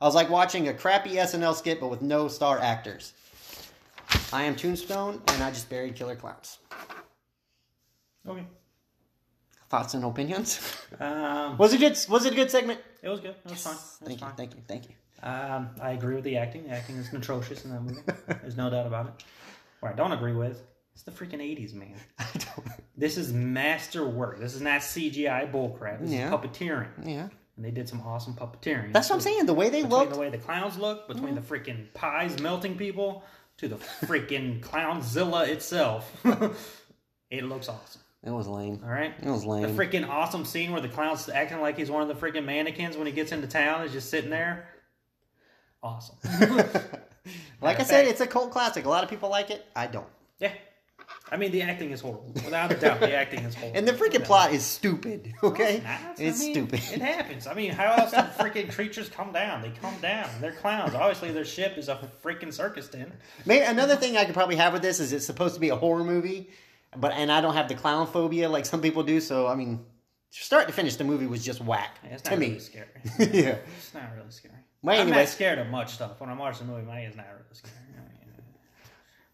S1: I was like watching a crappy SNL skit but with no star actors. I am Tombstone, and I just buried Killer Clowns.
S2: Okay.
S1: Thoughts and opinions?
S2: (laughs) Um,
S1: was it good? Was it a good segment?
S2: it was good. It was fine. It was
S1: Thank you,
S2: fine.
S1: thank you, thank
S2: (laughs)
S1: you. (laughs)
S2: Um, I agree with the acting. The acting is atrocious in that movie. There's no doubt about it. What I don't agree with is the freaking 80s, man.
S1: I don't,
S2: This is master work. This is not CGI bullcrap. This
S1: Yeah.
S2: is puppeteering.
S1: yeah,
S2: And they did some awesome puppeteering.
S1: that's what I'm saying. Mm-hmm. The way they
S2: Between
S1: looked,
S2: the way the clowns look, between the freaking pies melting people, to the
S1: (laughs)
S2: freaking clownzilla itself. (laughs) it looks awesome.
S1: it was lame.
S2: All right?
S1: It was
S2: The
S1: lame.
S2: freaking awesome scene where the clown's acting like he's one of the
S1: (laughs)
S2: freaking mannequins when he gets into town is just sitting there. Awesome.
S1: (laughs) Like I
S2: Matter of
S1: said,
S2: fact-
S1: it's a cult classic. A lot of people like it. I don't.
S2: Yeah. I mean, the acting is horrible. Without a doubt, the acting is horrible.
S1: And the freaking
S2: Yeah. (laughs)
S1: plot is stupid. (laughs) Okay,
S2: It's not. I
S1: it's
S2: mean,
S1: stupid. (laughs)
S2: It happens. I mean, how else do freaking creatures come down? They come down. They're clowns. Obviously, their ship is a freaking circus den.
S1: Maybe another thing I could probably have with this is it's supposed to be a horror movie, but and I don't have the clown phobia like some people do. So I mean, start to finish, the movie was just whack
S2: Yeah, it's not
S1: to
S2: really
S1: me.
S2: scary.
S1: (laughs) yeah.
S2: It's not really scary.
S1: (laughs) Well,
S2: I'm
S1: anyway.
S2: not scared of much stuff. When I'm watching the movie, my is not really scary. I mean, uh,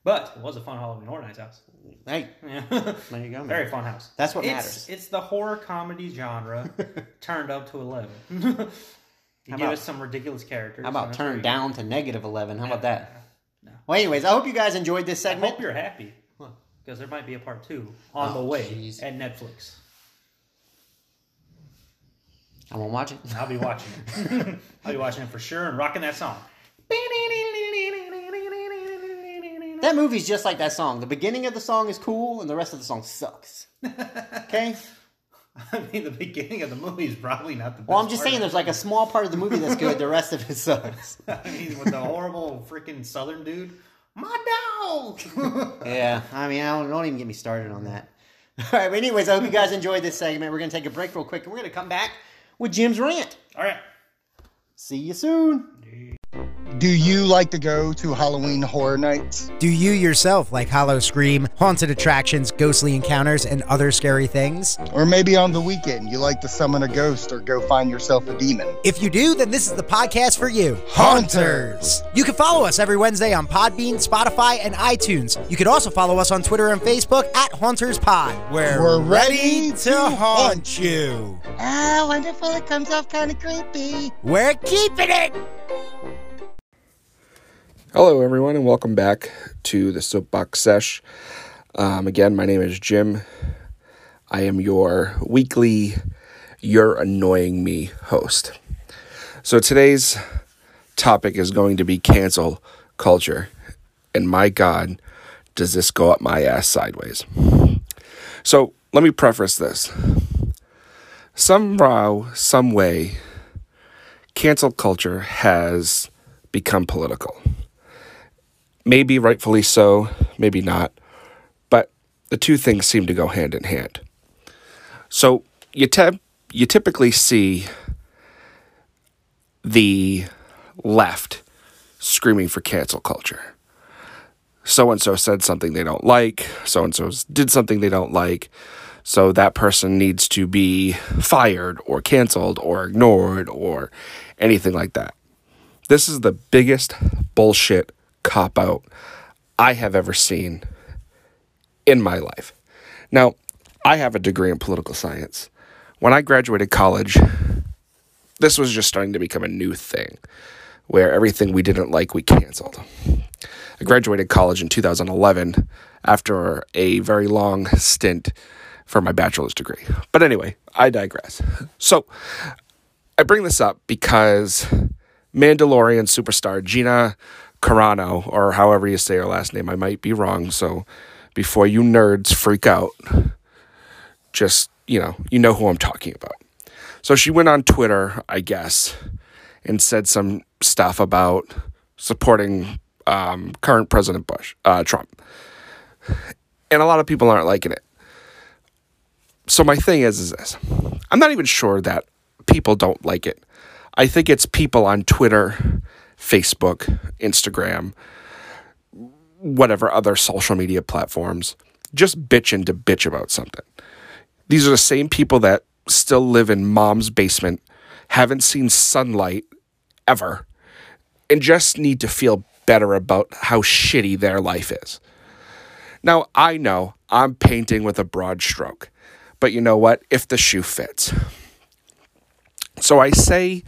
S2: But it was a fun Halloween Horror Nights house.
S1: Hey,
S2: Yeah.
S1: there you go. Man.
S2: Hmm. (laughs) Very fun house.
S1: That's what
S2: it's,
S1: matters.
S2: It's the horror comedy
S1: (laughs)
S2: genre turned up to (laughs) 11. you give
S1: about-
S2: us some ridiculous characters.
S1: How about
S2: and that's
S1: turn
S2: pretty
S1: down to negative eleven? How
S2: good.
S1: about that?
S2: No.
S1: Well, anyways, I hope you guys enjoyed this
S2: I
S1: segment.
S2: hope you're happy because there might be a part two on
S1: Oh,
S2: the way
S1: jeez.
S2: at Netflix.
S1: I won't watch it.
S2: I'll be watching it. (laughs) I'll be watching it for sure and rocking that song. (laughs)
S1: That movie's just like that song. The beginning of the song is cool, and the rest of the song sucks. Okay.
S2: I mean, the beginning of the movie is probably not the best.
S1: Well, I'm just
S2: part.
S1: saying, there's like a small part of the movie that's good. The rest of it sucks.
S2: I mean, with the horrible freaking southern dude. My
S1: (laughs)
S2: dog! (laughs)
S1: Yeah, I mean, I don't, don't even get me started on that. (laughs) All right, but anyways, I hope you guys enjoyed this segment. We're gonna take a break real quick, and we're gonna come back with Jim's rant.
S2: All right.
S1: See you soon.
S3: Do you like to go to Halloween Horror Nights?
S4: Do you yourself like Hollow Scream, haunted attractions, ghostly encounters, and other scary things?
S3: Or maybe on the weekend you like to summon a ghost or go find yourself a demon?
S4: If you do, then this is the podcast for you.
S3: Haunters!
S4: You can follow us every Wednesday on Podbean, Spotify, and iTunes. You can also follow us on Twitter and Facebook at Haunters Pod, where
S3: We're ready to haunt
S4: you.
S3: Ah, wonderful. It comes off kind of creepy.
S4: We're keeping it.
S5: Hello, everyone, and welcome back to the Soapbox Sesh. Um, again, my name is Jim. I am your weekly You're Annoying Me host. So today's topic is going to be cancel culture. And my God, does this go up my ass sideways. So let me preface this. Somehow, some way, cancel culture has become political maybe rightfully so, maybe not. But the two things seem to go hand in hand. So you te- you typically see the left screaming for cancel culture. So and so said something they don't like, so and so did something they don't like. So that person needs to be fired or canceled or ignored or anything like that. This is the biggest bullshit cop out I have ever seen in my life. Now, I have a degree in political science. When I graduated college, this was just starting to become a new thing where everything we didn't like, we canceled. I graduated college in 2011 after a very long stint for my bachelor's degree. But anyway, I digress. So, I bring this up because Mandalorian superstar Gina Carano, or however you say her last name, I might be wrong. So before you nerds freak out, just, you know, you know who I'm talking about. So she went on Twitter, I guess, and said some stuff about supporting um, current President Bush, uh, Trump. And a lot of people aren't liking it so my thing is is this i'm not even sure that people don't like it i think it's people on twitter facebook instagram whatever other social media platforms just bitching to bitch about something these are the same people that still live in mom's basement haven't seen sunlight ever and just need to feel better about how shitty their life is now, I know I'm painting with a broad stroke, but you know what? If the shoe fits. So I say,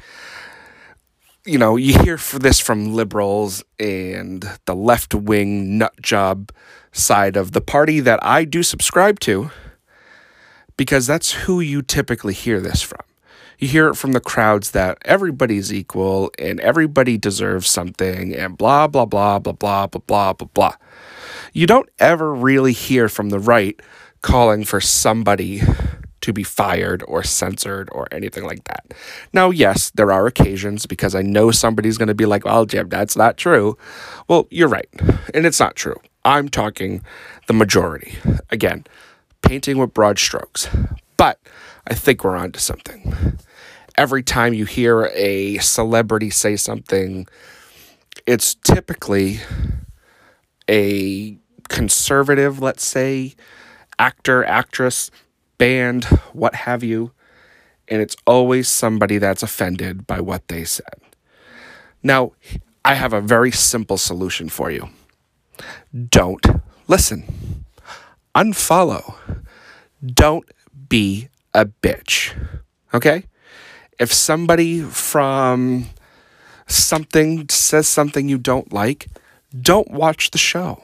S5: you know, you hear for this from liberals and the left wing nut job side of the party that I do subscribe to, because that's who you typically hear this from. You hear it from the crowds that everybody's equal and everybody deserves something and blah, blah, blah, blah, blah, blah, blah, blah, blah you don't ever really hear from the right calling for somebody to be fired or censored or anything like that. Now, yes, there are occasions because I know somebody's going to be like, well, Jim, that's not true. Well, you're right. And it's not true. I'm talking the majority. Again, painting with broad strokes. But I think we're onto something. Every time you hear a celebrity say something, it's typically a conservative, let's say, actor, actress, band, what have you. And it's always somebody that's offended by what they said. Now, I have a very simple solution for you don't listen, unfollow, don't be a bitch. Okay? If somebody from something says something you don't like, don't watch the show.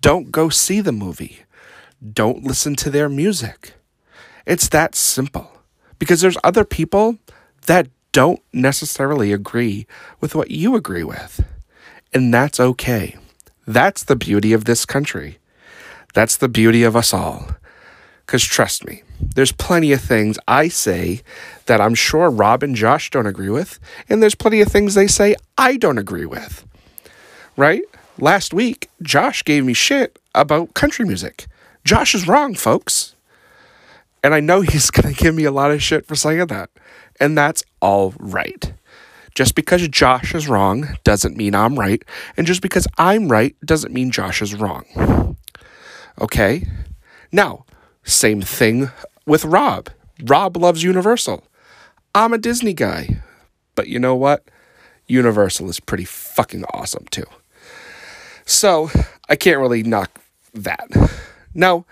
S5: Don't go see the movie. Don't listen to their music. It's that simple. Because there's other people that don't necessarily agree with what you agree with. And that's okay. That's the beauty of this country. That's the beauty of us all. Because trust me, there's plenty of things I say that I'm sure Rob and Josh don't agree with, and there's plenty of things they say I don't agree with. Right? Last week, Josh gave me shit about country music. Josh is wrong, folks. And I know (laughs) he's going to give me a lot of shit for saying that. And that's all right. Just because Josh is wrong doesn't mean I'm right. And just because I'm right doesn't mean Josh is wrong. Okay? Now, same thing with Rob. Rob loves Universal. I'm a Disney guy. But you know what? Universal is pretty fucking awesome too. So I can't really knock that. Now,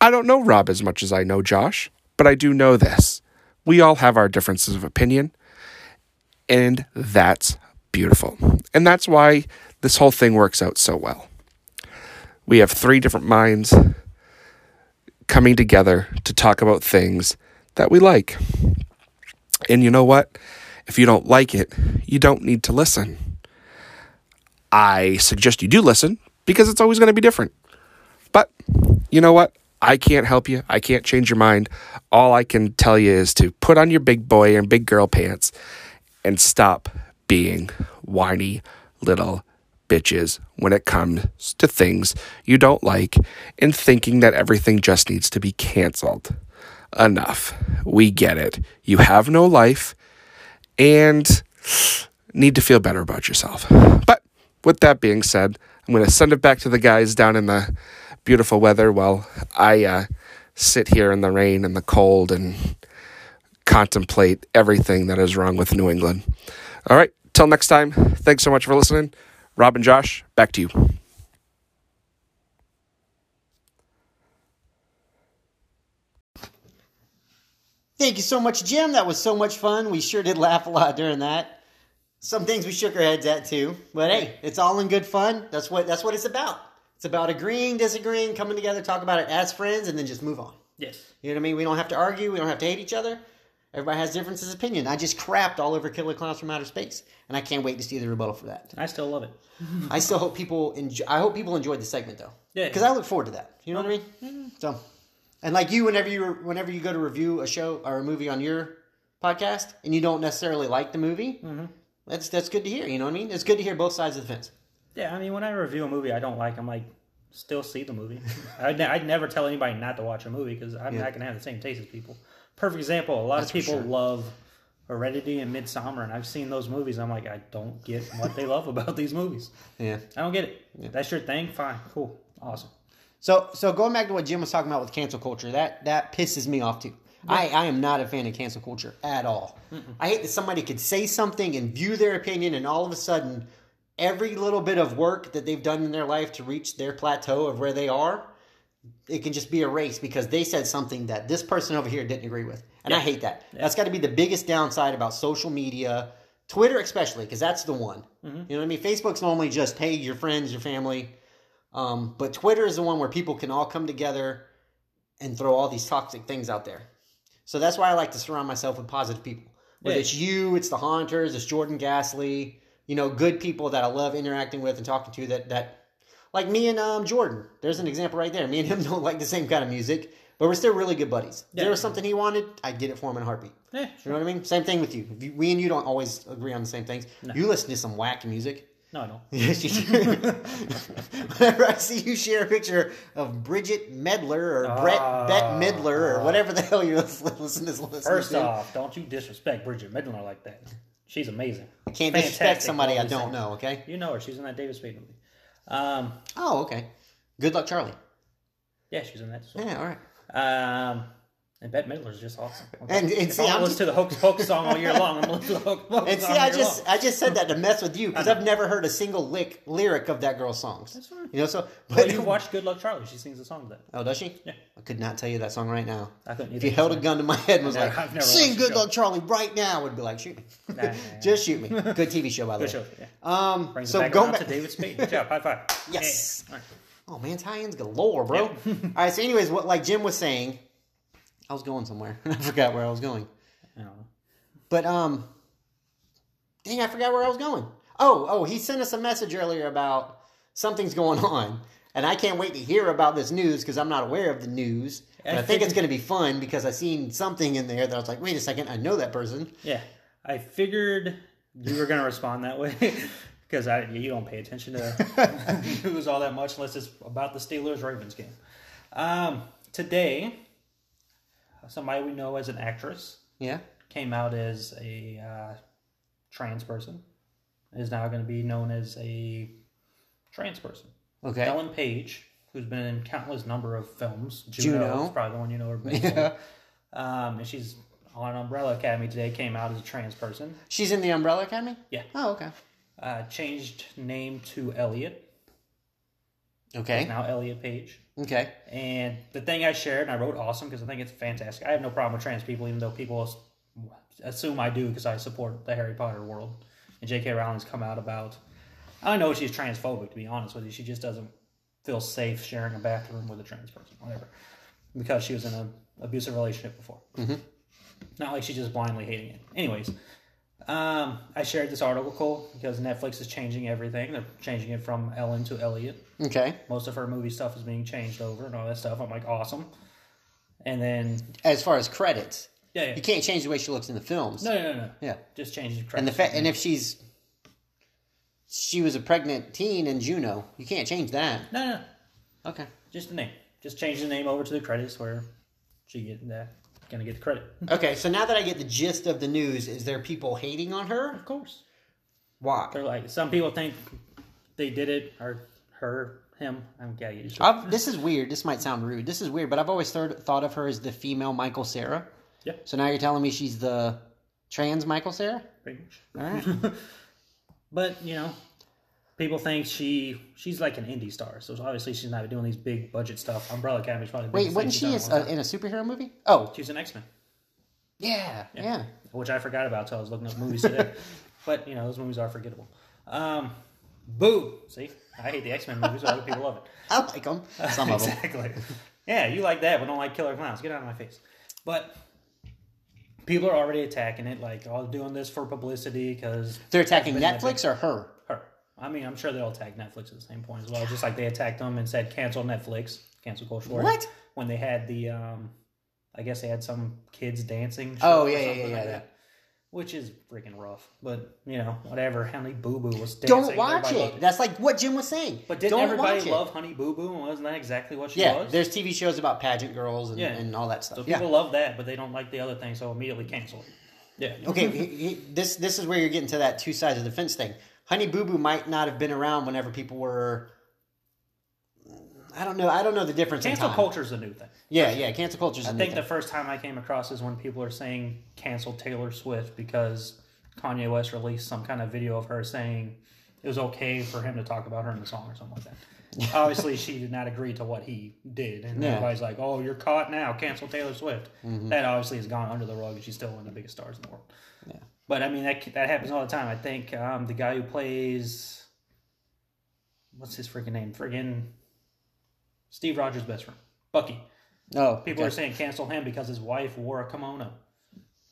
S5: I don't know Rob as much as I know Josh, but I do know this. We all have our differences of opinion, and that's beautiful. And that's why this whole thing works out so well. We have three different minds coming together to talk about things that we like. And you know what? If you don't like it, you don't need to listen. I suggest you do listen because it's always going to be different. But you know what? I can't help you. I can't change your mind. All I can tell you is to put on your big boy and big girl pants and stop being whiny little bitches when it comes to things you don't like and thinking that everything just needs to be canceled. Enough. We get it. You have no life and need to feel better about yourself. But with that being said, I'm going to send it back to the guys down in the beautiful weather while I uh, sit here in the rain and the cold and contemplate everything that is wrong with New England. All right, till next time, thanks so much for listening. Rob and Josh, back to you.
S1: Thank you so much, Jim. That was so much fun. We sure did laugh a lot during that. Some things we shook our heads at too, but hey, it's all in good fun. That's what that's what it's about. It's about agreeing, disagreeing, coming together, talk about it as friends, and then just move on.
S2: Yes.
S1: You know what I mean? We don't have to argue. We don't have to hate each other. Everybody has differences of opinion. I just crapped all over Killer Clowns from Outer Space, and I can't wait to see the rebuttal for that.
S2: I still love it.
S1: I still hope people enjoy. I hope people enjoyed the segment though.
S2: Yeah.
S1: Because I look forward to that. You know what I mean? So, and like you, whenever you whenever you go to review a show or a movie on your podcast, and you don't necessarily like the movie, that's that's good to hear. You know what I mean? It's good to hear both sides of the fence.
S2: Yeah, I mean, when I review a movie I don't like, I'm like, still see the movie. I'd, ne- I'd never tell anybody not to watch a movie because I'm not going to have the same taste as people. Perfect example. A lot of people love Heredity and Midsummer, and I've seen those movies. I'm like, I don't get what they love (laughs) about these movies.
S1: Yeah.
S2: I don't get it. That's your thing. Fine. Cool. Awesome.
S1: So so going back to what Jim was talking about with cancel culture, that that pisses me off too. I, I am not a fan of cancel culture at all. I hate that somebody could say something and view their opinion and all of a sudden every little bit of work that they've done in their life to reach their plateau of where they are, it can just be erased because they said something that this person over here didn't agree with. And I hate that. That's got to be the biggest downside about social media, Twitter especially, because that's the one. You know what I mean? Facebook's normally just, hey, your friends, your family, um, but Twitter is the one where people can all come together and throw all these toxic things out there. So that's why I like to surround myself with positive people. Whether
S2: Yeah.
S1: it's you, it's the Haunters, it's Jordan Gasly, you know, good people that I love interacting with and talking (laughs) to that that like me and um, Jordan. There's an example right there. Me and him don't like the same kind of music, But we're still really good buddies. If
S6: Yeah.
S1: there was something he wanted, I'd get it for him in a heartbeat.
S6: Eh,
S1: You know what I mean? Same thing with you. If you we and you don't always agree on the same things. You listen to some whack music.
S6: no, I don't.
S1: (laughs) Yes, you do. Whenever I see you share a picture of Bridget Medler or
S6: Ah.
S1: Brett Bet Midler or whatever the hell you're (laughs) lis- listening to, listening
S6: First
S1: to,
S6: off, don't you disrespect Bridget Midler like that. She's amazing.
S1: I can't disrespect
S6: Fantastic,
S1: somebody I
S6: obviously.
S1: don't know. Okay.
S6: You know her. She's in that David Spade movie. Um,
S1: Oh, okay. Good luck, Charlie.
S6: yeah, she's in that. As well.
S1: Yeah, all right.
S6: Um, and Bette Midler's just awesome.
S1: And- and
S6: If
S1: see,
S6: I
S1: I'm
S6: listen
S1: just-
S6: to the Hoax Pokes song all
S1: (laughs)
S6: year long. I'm listening to the Hoax Pokes
S1: And see,
S6: all year
S1: I just
S6: long.
S1: I just said that to mess with you because I've never heard a single lick lyric of that girl's songs. That's
S6: fine.
S1: You know, so
S6: Well,
S1: (laughs)
S6: you watched Good Luck Charlie. She sings a song to that.
S1: Oh, does she?
S6: Yeah.
S1: I could not tell you that song right now.
S6: I couldn't
S1: If
S6: either.
S1: you held a gun to my head and was
S6: never- I've
S1: like,
S6: never
S1: "Sing
S6: watched the
S1: Good
S6: show."
S1: Luck Charlie right now," I would be like, "Shoot me,
S6: Nah, nah, nah.
S1: (laughs) just shoot me." Good TV show, by the
S6: Good
S1: way.
S6: show. Yeah.
S1: Um,
S6: Brings
S1: so
S6: it back
S1: going
S6: around
S1: back
S6: to David Spade. Good job. High five.
S1: (laughs) Yes.
S6: Yeah. All right.
S1: Oh man, tie-ins galore, bro. (laughs) All right. So, anyways, what like Jim was saying, I was going somewhere (laughs) and I forgot where I was going.
S6: I don't know.
S1: But um, dang, I forgot where I was going. Oh, oh, he sent us a message earlier about something's going on, and I can't wait to hear about this news because I'm not aware of the news. But I think it's going to be fun because I seen something in there that I was like, wait a second, I know that person.
S6: Yeah, I figured you were gonna respond that way (laughs) because I you don't pay attention to
S1: (laughs)
S6: (laughs) news all that much unless it's about the Steelers Ravens game. Um, today, somebody we know as an actress
S1: Yeah.
S6: came out as a uh, trans person is now going to be known as a trans person.
S1: Okay.
S6: Ellen Page, who's been in countless number of films. Juno,
S1: Juno.
S6: is probably the one you know her best.
S1: (laughs)
S6: from. Um, and she's on Umbrella Academy today. Came out as a trans person.
S1: She's in the Umbrella Academy.
S6: Yeah.
S1: Oh, okay.
S6: Uh, changed name to Elliot.
S1: Okay.
S6: Now Elliot Page.
S1: Okay.
S6: And the thing I shared and I wrote awesome because I think it's fantastic. I have no problem with trans people, even though people as- assume I do because I support the Harry Potter world. And J.K. Rowling's come out about. I know she's transphobic, to be honest with you. She just doesn't feel safe sharing a bathroom with a trans person, whatever, because she was in an abusive relationship before. Not like she's just blindly hating it. Anyways, um, I shared this article because Netflix is changing everything. They're changing it from Ellen to Elliot
S1: Okay.
S6: most of her movie stuff is being changed over and all that stuff. I'm like, awesome. And then,
S1: As far as credits,
S6: yeah, yeah.
S1: you can't change the way she looks in the films.
S6: no, no, no, no.
S1: Yeah.
S6: Just change the
S1: And the
S6: credits.
S1: fa- and if she's she was a pregnant teen in Juno, you can't change that.
S6: no, no, no.
S1: Okay.
S6: just the name. Just change the name over to the credits where she get that gonna get the credit.
S1: Okay, so now that I get the gist of the news, is there people hating on her?
S6: Of course,
S1: Why?
S6: they're like some people think they did it or her, him. I'm gotta get you.
S1: I've, this is weird. This might sound rude. This is weird, but I've always third, thought of her as the female Michael Sarah.
S6: Yeah.
S1: So now you're telling me she's the trans Michael Sarah?
S6: pretty much.
S1: All right.
S6: But you know, people think she she's like an indie star, so obviously she's not doing these big budget stuff. Umbrella Academy's probably the
S1: Wait,
S6: biggest thing
S1: wasn't
S6: she's
S1: she is,
S6: done in a long
S1: uh,
S6: time.
S1: in a superhero movie? Oh,
S6: she's an X Men.
S1: yeah, yeah.
S6: which I forgot about until I was looking up
S1: (laughs)
S6: movies today. but you know, those movies are forgettable. Um, boo! See, I hate the X Men movies, but other people love it.
S1: I like them. Some of them. (laughs)
S6: Exactly. Yeah, you like that, but don't like Killer Clowns. Get out of my face. But people are already attacking it, like, oh, doing this for publicity because
S1: They're attacking Netflix or her?
S6: her. I mean, I'm sure they'll attack Netflix at the same point as well, just like they attacked them and said cancel Netflix, cancel culture. war,"
S1: What?
S6: When they had the, um, I guess they had some kids dancing. show
S1: Oh,
S6: or
S1: yeah, yeah,
S6: something
S1: yeah,
S6: like
S1: yeah,
S6: that, Which is freaking rough, but you know, whatever. Honey Boo Boo was dancing.
S1: Don't watch
S6: everybody
S1: it.
S6: loved
S1: That's like what Jim was saying.
S6: But didn't
S1: Don't
S6: everybody
S1: watch it.
S6: love Honey Boo Boo? And wasn't that exactly what she
S1: Yeah,
S6: was?
S1: there's TV shows about pageant girls and,
S6: Yeah.
S1: and all that stuff.
S6: so
S1: yeah.
S6: people love that, but they don't like the other thing, so immediately cancel it. Yeah. (laughs)
S1: okay, he, he, this this is where you're getting to that two sides of the fence thing. Honey Boo Boo might not have been around whenever people were. I don't know. I don't know the difference. in
S6: Cancel
S1: time.
S6: culture is a new thing.
S1: Yeah, yeah. Cancel culture.
S6: I think the first time I came across is when people are saying cancel Taylor Swift because Kanye West released some kind of video of her saying it was okay for him to talk about her in the song or something like (laughs) that. Obviously, she did not agree to what he did, and
S1: Yeah.
S6: everybody's like, "Oh, you're caught now. Cancel Taylor Swift." That obviously has gone under the rug, and she's still one of the biggest stars in the world. Yeah, but I mean that that happens all the time. I think um, the guy who plays what's his freaking name? Friggin' Steve Rogers' best friend, Bucky.
S1: oh,
S6: People are saying cancel him because his wife wore a kimono.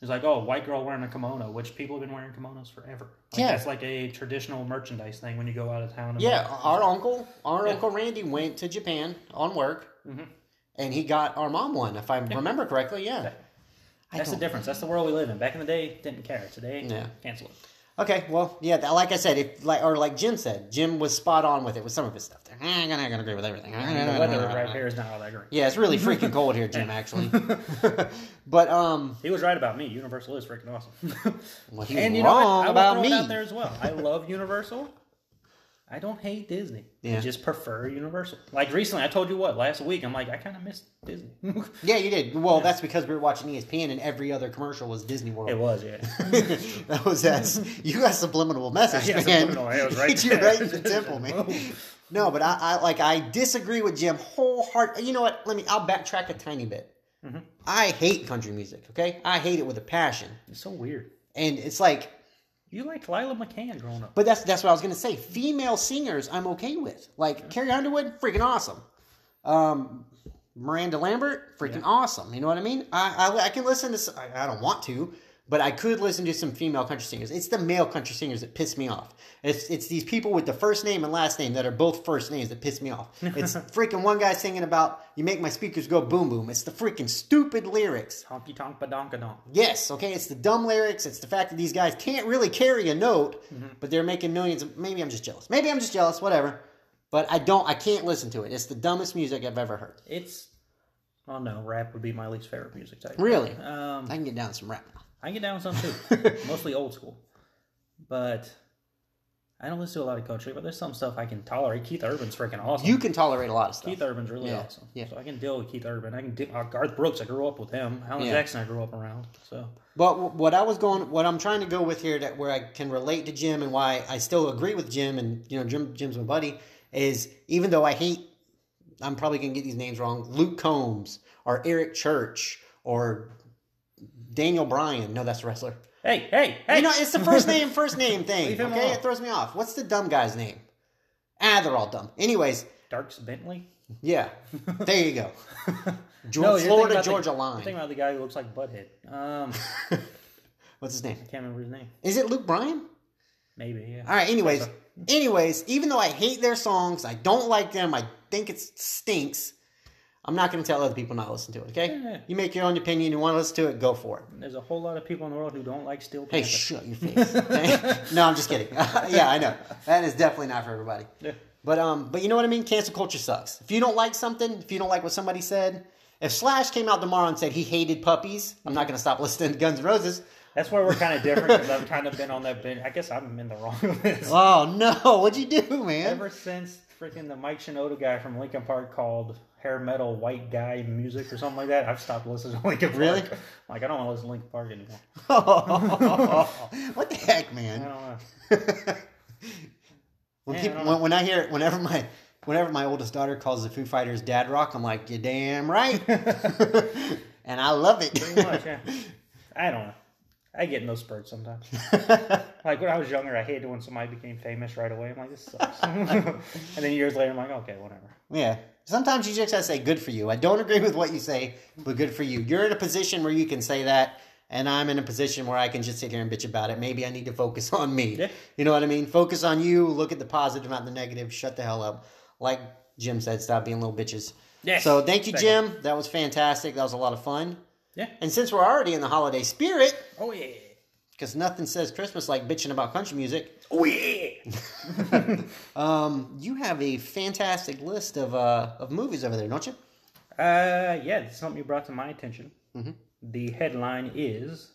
S6: It's like, oh, white girl wearing a kimono, which people have been wearing kimonos forever. Like,
S1: Yeah.
S6: that's like a traditional merchandise thing when you go out of town. and- Mm-hmm.
S1: Yeah, our uncle, our uncle Randy went to Japan on work, and he got our mom one, if I remember correctly. Yeah. I
S6: That's the
S1: don't-
S6: difference. That's the world we live in. Back in the day, didn't care. Today,
S1: Yeah.
S6: cancel it.
S1: Okay, well, yeah, that- like I said, if like or like Jim said, Jim was spot on with it with some of his stuff. There, I'm not gonna agree with everything.
S6: The weather
S1: (laughs)
S6: right here is not all that great.
S1: Yeah, it's really
S6: (laughs)
S1: freaking cold here, Jim. Actually, (laughs) but um,
S6: He was right about me. Universal is freaking awesome. (laughs)
S1: well, he was
S6: and you know
S1: wrong
S6: what? I will
S1: about
S6: throw
S1: me.
S6: it out there as well. I love Universal. I don't hate Disney.
S1: Yeah.
S6: I just prefer Universal. Like recently, I told you what last week. I'm like, I kind of miss Disney. (laughs)
S1: Yeah, you did. Well, that's because we were watching E ESPN, and every other commercial was Disney World. (laughs)
S6: it was, yeah.
S1: that was us. You got subliminal message,
S6: (laughs) Yeah,
S1: man.
S6: subliminal. It was right
S1: (laughs) Hit you
S6: there.
S1: right in the temple,
S6: (laughs)
S1: man. No, but I, I like I disagree with Jim wholeheart. You know what? Let me. I'll backtrack a tiny bit.
S6: Mm-hmm.
S1: I hate country music. Okay, I hate it with a passion,
S6: It's so weird.
S1: and it's like.
S6: You liked Lila McCann growing up.
S1: But that's that's what I was gonna say. Female singers, I'm okay with. Like Carrie Underwood, freaking awesome. Um, Miranda Lambert, freaking awesome. You know what I mean? I, I I can listen to. s- I, I don't want to, but I could listen to some female country singers. It's the male country singers that piss me off. It's it's these people with the first name and last name that are both first names that piss me off. It's freaking one guy singing about you make my speakers go boom boom. It's the freaking stupid lyrics.
S6: Honky tonk badonka donk.
S1: Yes, okay, it's the dumb lyrics, it's the fact that these guys can't really carry a note,
S6: Mm-hmm.
S1: but they're making millions of maybe I'm just jealous. Maybe I'm just jealous, whatever. But I don't I can't listen to it. It's the dumbest music I've ever heard.
S6: It's. Oh no, rap would be my least favorite music type.
S1: Really?
S6: Um,
S1: I can get down some rap.
S6: I get down with some too, (laughs) mostly old school. But I don't listen to a lot of country, but there's some stuff I can tolerate. Keith Urban's freaking awesome.
S1: You can tolerate a lot of stuff.
S6: Keith uh, Urban's really
S1: Yeah,
S6: awesome.
S1: yeah.
S6: So I can deal with Keith Urban. I can deal uh, Garth Brooks. I grew up with him. Alan
S1: Yeah.
S6: Jackson. I grew up around. So
S1: But w- what I was going, what I'm trying to go with here, that where I can relate to Jim and why I still agree with Jim, and you know, Jim, Jim's my buddy, is even though I hate, I'm probably gonna get these names wrong. Luke Combs or Eric Church or Daniel Bryan. No, that's a wrestler.
S6: hey, hey, hey!
S1: You know, it's the first name, first name thing.
S6: Leave him
S1: okay,
S6: alone.
S1: it throws me off. What's the dumb guy's name? Ah, they're all dumb. Anyways,
S6: (laughs) Darks Bentley. (laughs)
S1: yeah, there you go. Geor-
S6: No, you're thinking
S1: Florida
S6: about the-
S1: Georgia
S6: I'm
S1: line.
S6: thinking about the guy who looks like Butthead. Um, I
S1: What's his name?
S6: can't remember his name.
S1: Is it Luke Bryan?
S6: Maybe. Yeah.
S1: All right. Anyways, anyways, even though I hate their songs, I don't like them. I think it stinks. I'm not going to tell other people not to listen to it. Okay?
S6: Yeah.
S1: You make your own opinion. You want to listen to it? Go for it.
S6: There's a whole lot of people in the world who don't like Steel
S1: Hey,
S6: Panther.
S1: shut your face. (laughs) okay?
S6: (laughs)
S1: no, I'm just kidding. yeah, I know. That is definitely not for everybody.
S6: Yeah.
S1: But um, but you know what I mean. Cancel culture sucks. If you don't like something, if you don't like what somebody said, if Slash came out tomorrow and said he hated puppies, I'm not going to stop listening to Guns N' Roses.
S6: That's why we're kind of different because I've kind of been on that bench. I guess I'm in the wrong with this.
S1: Oh no! (laughs) What'd you do, man?
S6: Ever since freaking the Mike Shinoda guy from Linkin Park called hair metal white guy music or something like that, I've stopped listening to Linkin Park.
S1: Really?
S6: Like I don't want to listen to Linkin Park anymore.
S1: (laughs) what the heck,
S6: I don't
S1: man?
S6: know.
S1: When
S6: Yeah, I
S1: people, (laughs)
S6: don't
S1: when, when I hear, whenever my, whenever my oldest daughter calls the Foo Fighters "Dad Rock," I'm like, "You damn
S6: (laughs)
S1: right," (laughs) and I love (laughs)
S6: Pretty
S1: it.
S6: much, yeah. I don't know. I get in those spurts sometimes.
S1: (laughs)
S6: like when I was younger, I hated when somebody became famous right away. I'm like, this sucks. (laughs) and then years later, I'm like, okay, whatever.
S1: yeah. Sometimes you just gotta say "good for you." I don't agree with what you say, but good for you. You're in a position where you can say that, and I'm in a position where I can just sit here and bitch about it. Maybe I need to focus (laughs) on me.
S6: Yeah.
S1: You know what I mean? Focus on you. Look at the positive, not the negative. Shut the hell up. Like Jim said, stop being little bitches.
S6: Yes.
S1: So thank you,
S6: Thank
S1: Jim. That was fantastic. That was a lot of fun.
S6: Yeah.
S1: And since we're already in the holiday spirit,
S6: Oh yeah.
S1: because nothing says Christmas like bitching about country music,
S6: (laughs) Oh yeah.
S1: um, you have a fantastic list of uh, of movies over there, don't you?
S6: Uh, yeah, this is something you brought to my attention.
S1: Mm-hmm.
S6: The headline is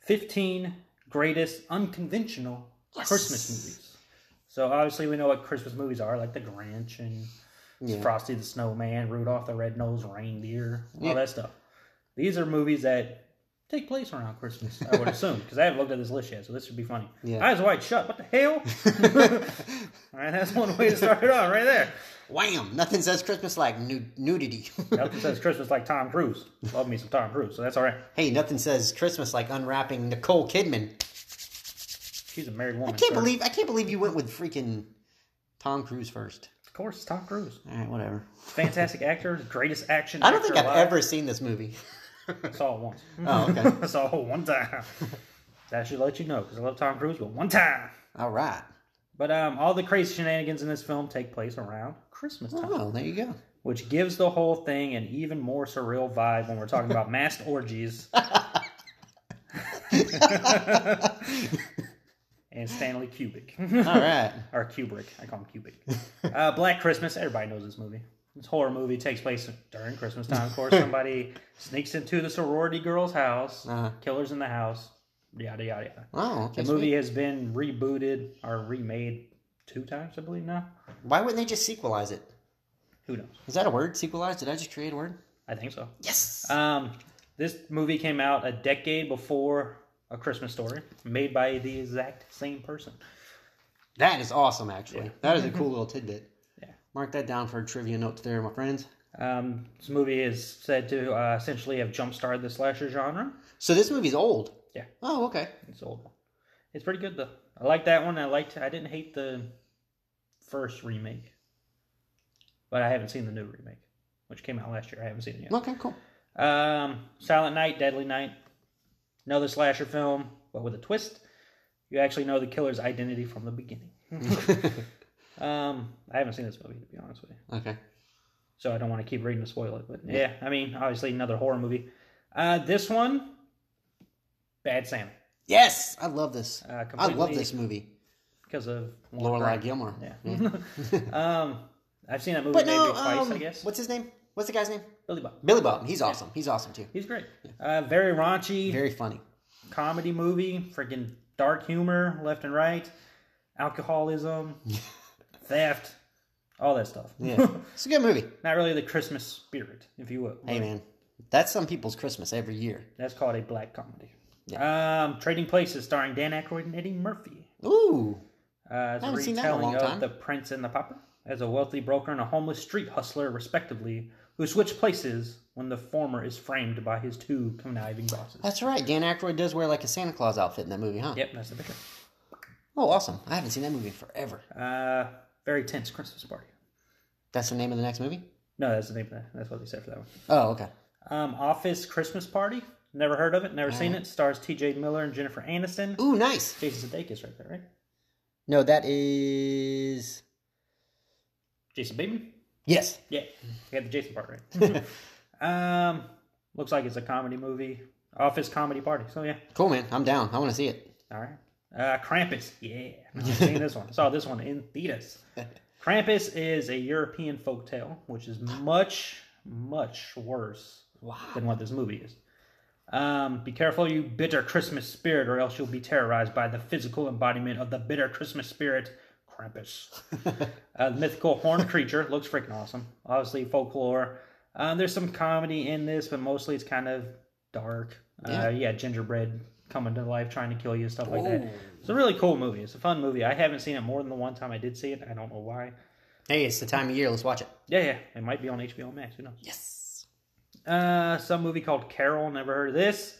S6: 15 Greatest Unconventional Christmas Movies. So, obviously, we know what Christmas movies are, like The Grinch and Frosty the Snowman, Rudolph the Red-Nosed Reindeer, all
S1: Yeah.
S6: that stuff. These are movies that take place around Christmas, I would assume, because I haven't looked at this list yet, so this should be funny.
S1: Yeah.
S6: Eyes wide shut, what the
S1: (laughs)
S6: hell? all right, that's one way to start it off right there.
S1: (laughs) Wham! Nothing says Christmas like nu- nudity.
S6: Nothing says Christmas like Tom Cruise. Love me some Tom Cruise, so that's all right.
S1: (laughs) hey, nothing says Christmas like unwrapping Nicole Kidman.
S6: She's a married woman.
S1: I can't
S6: sir.
S1: believe I can't believe you went with freaking Tom Cruise first.
S6: Of course, it's Tom Cruise.
S1: All right, whatever.
S6: Fantastic actor, greatest action.
S1: I don't think I've
S6: actor alive.
S1: ever seen this movie.
S6: saw it once.
S1: Oh,
S6: (laughs)
S1: okay.
S6: saw it one time. That should let you know because I love Tom Cruise, but one time.
S1: All right.
S6: But um, all the crazy shenanigans in this film take place around Christmas time,
S1: Oh, there you (laughs) go.
S6: which gives the whole thing an even more surreal vibe when we're talking
S1: (laughs)
S6: about masked orgies and Stanley Kubrick. (laughs)
S1: All right.
S6: or Kubrick. I call him Kubrick. uh, Black Christmas. Everybody knows this movie. This horror movie takes place during Christmas time. Of
S1: (laughs)
S6: course, somebody sneaks into the sorority girl's house.
S1: Uh-huh.
S6: Killers in the house. Yada yada yada.
S1: Oh, okay,
S6: The
S1: sweet.
S6: movie has been rebooted or remade two times, I believe now.
S1: Why wouldn't they just sequelize it?
S6: Who knows?
S1: Is that a word? Sequelize? Did I just create a word?
S6: I think so.
S1: Yes.
S6: Um, this movie came out a decade before A Christmas Story, made by the exact same person.
S1: That is awesome, actually. That (laughs) is a cool little tidbit.
S6: Yeah.
S1: Mark that down for trivia notes there, my friends.
S6: Um, this movie is said to uh, essentially have jump-started the slasher genre.
S1: So this movie's old.
S6: Yeah.
S1: Oh, okay.
S6: It's old. It's pretty good though. I like that one. I liked. I didn't hate the first remake, but I haven't seen the new remake, which came out last year. I haven't seen it yet.
S1: Okay, (laughs) cool.
S6: Um, Silent Night, Deadly Night, another slasher film, but with a twist. You actually know the killer's identity from
S1: (laughs)
S6: the beginning. um, I haven't seen this movie to be honest with you
S1: Okay.
S6: so I don't want to keep reading to spoil it. But yeah, I mean, obviously another horror movie. Uh, this one, Bad Sammy,
S1: Yes, I love this.
S6: Uh,
S1: I love
S6: completely-
S1: this movie.
S6: because of
S1: Lorelai Gilmore.
S6: Yeah. um, I've seen that movie
S1: But
S6: maybe
S1: no,
S6: twice,
S1: um,
S6: I guess.
S1: what's his name? What's the guy's name?
S6: Billy Bob.
S1: Billy Bob. He's awesome. He's awesome
S6: (laughs)
S1: too.
S6: He's great. Uh, very raunchy
S1: Very funny.
S6: comedy movie, freaking dark humor left and right,
S1: (laughs)
S6: alcoholism, theft, all that stuff.
S1: Yeah. (laughs) it's a good movie.
S6: (laughs) Not really the Christmas spirit, if you will.
S1: Hey, man. That's some people's Christmas every year.
S6: That's called a black comedy. Um, Trading Places, starring Dan Aykroyd and Eddie Murphy.
S1: Ooh.
S6: Uh, it's a
S1: haven't seen that in a
S6: retelling
S1: long
S6: of
S1: time.
S6: The Prince and the Pauper as a wealthy broker and a homeless street hustler, respectively, who switch places when the former is framed by his two conniving bosses.
S1: That's right. Dan Aykroyd does wear like a Santa Claus outfit in that movie, huh?
S6: Yep, that's the picture.
S1: Oh, awesome. I haven't seen that movie in forever.
S6: Uh, very tense Christmas party.
S1: That's the name of the next movie?
S6: No, that's the name of that. That's what they said for that one.
S1: Oh, okay.
S6: Um, Office Christmas Party. Never heard of it. Never seen it. Stars T.J. Miller and Jennifer Aniston.
S1: Ooh, nice.
S6: Jason Sudeikis, right there, right?
S1: No, that is
S6: Jason Bateman.
S1: yes.
S6: Yeah, we had the Jason part right. um, looks like it's a comedy movie. Office comedy party. So yeah,
S1: Cool, man. I'm down. I want to see it.
S6: All right. Uh, Krampus. Yeah. No, I've seen this one. Saw this one in theaters. Krampus is a European folktale, which is much, much worse than what this movie is. Um, be careful, you bitter Christmas spirit, or else you'll be terrorized by the physical embodiment of the bitter Christmas spirit, Krampus. uh, the mythical horned creature looks freaking awesome. Obviously, folklore. Um, there's some comedy in this, but mostly it's kind of dark. Yeah, uh, yeah gingerbread coming to life, trying to kill you, stuff like that. It's a really cool movie. It's a fun movie. I haven't seen it more than the one time I did see it. I don't know why.
S1: Hey, it's the time of year. Let's watch it.
S6: Yeah, yeah, it might be on HBO Max. Who knows?
S1: Yes.
S6: Uh, some movie called Carol. Never heard of this.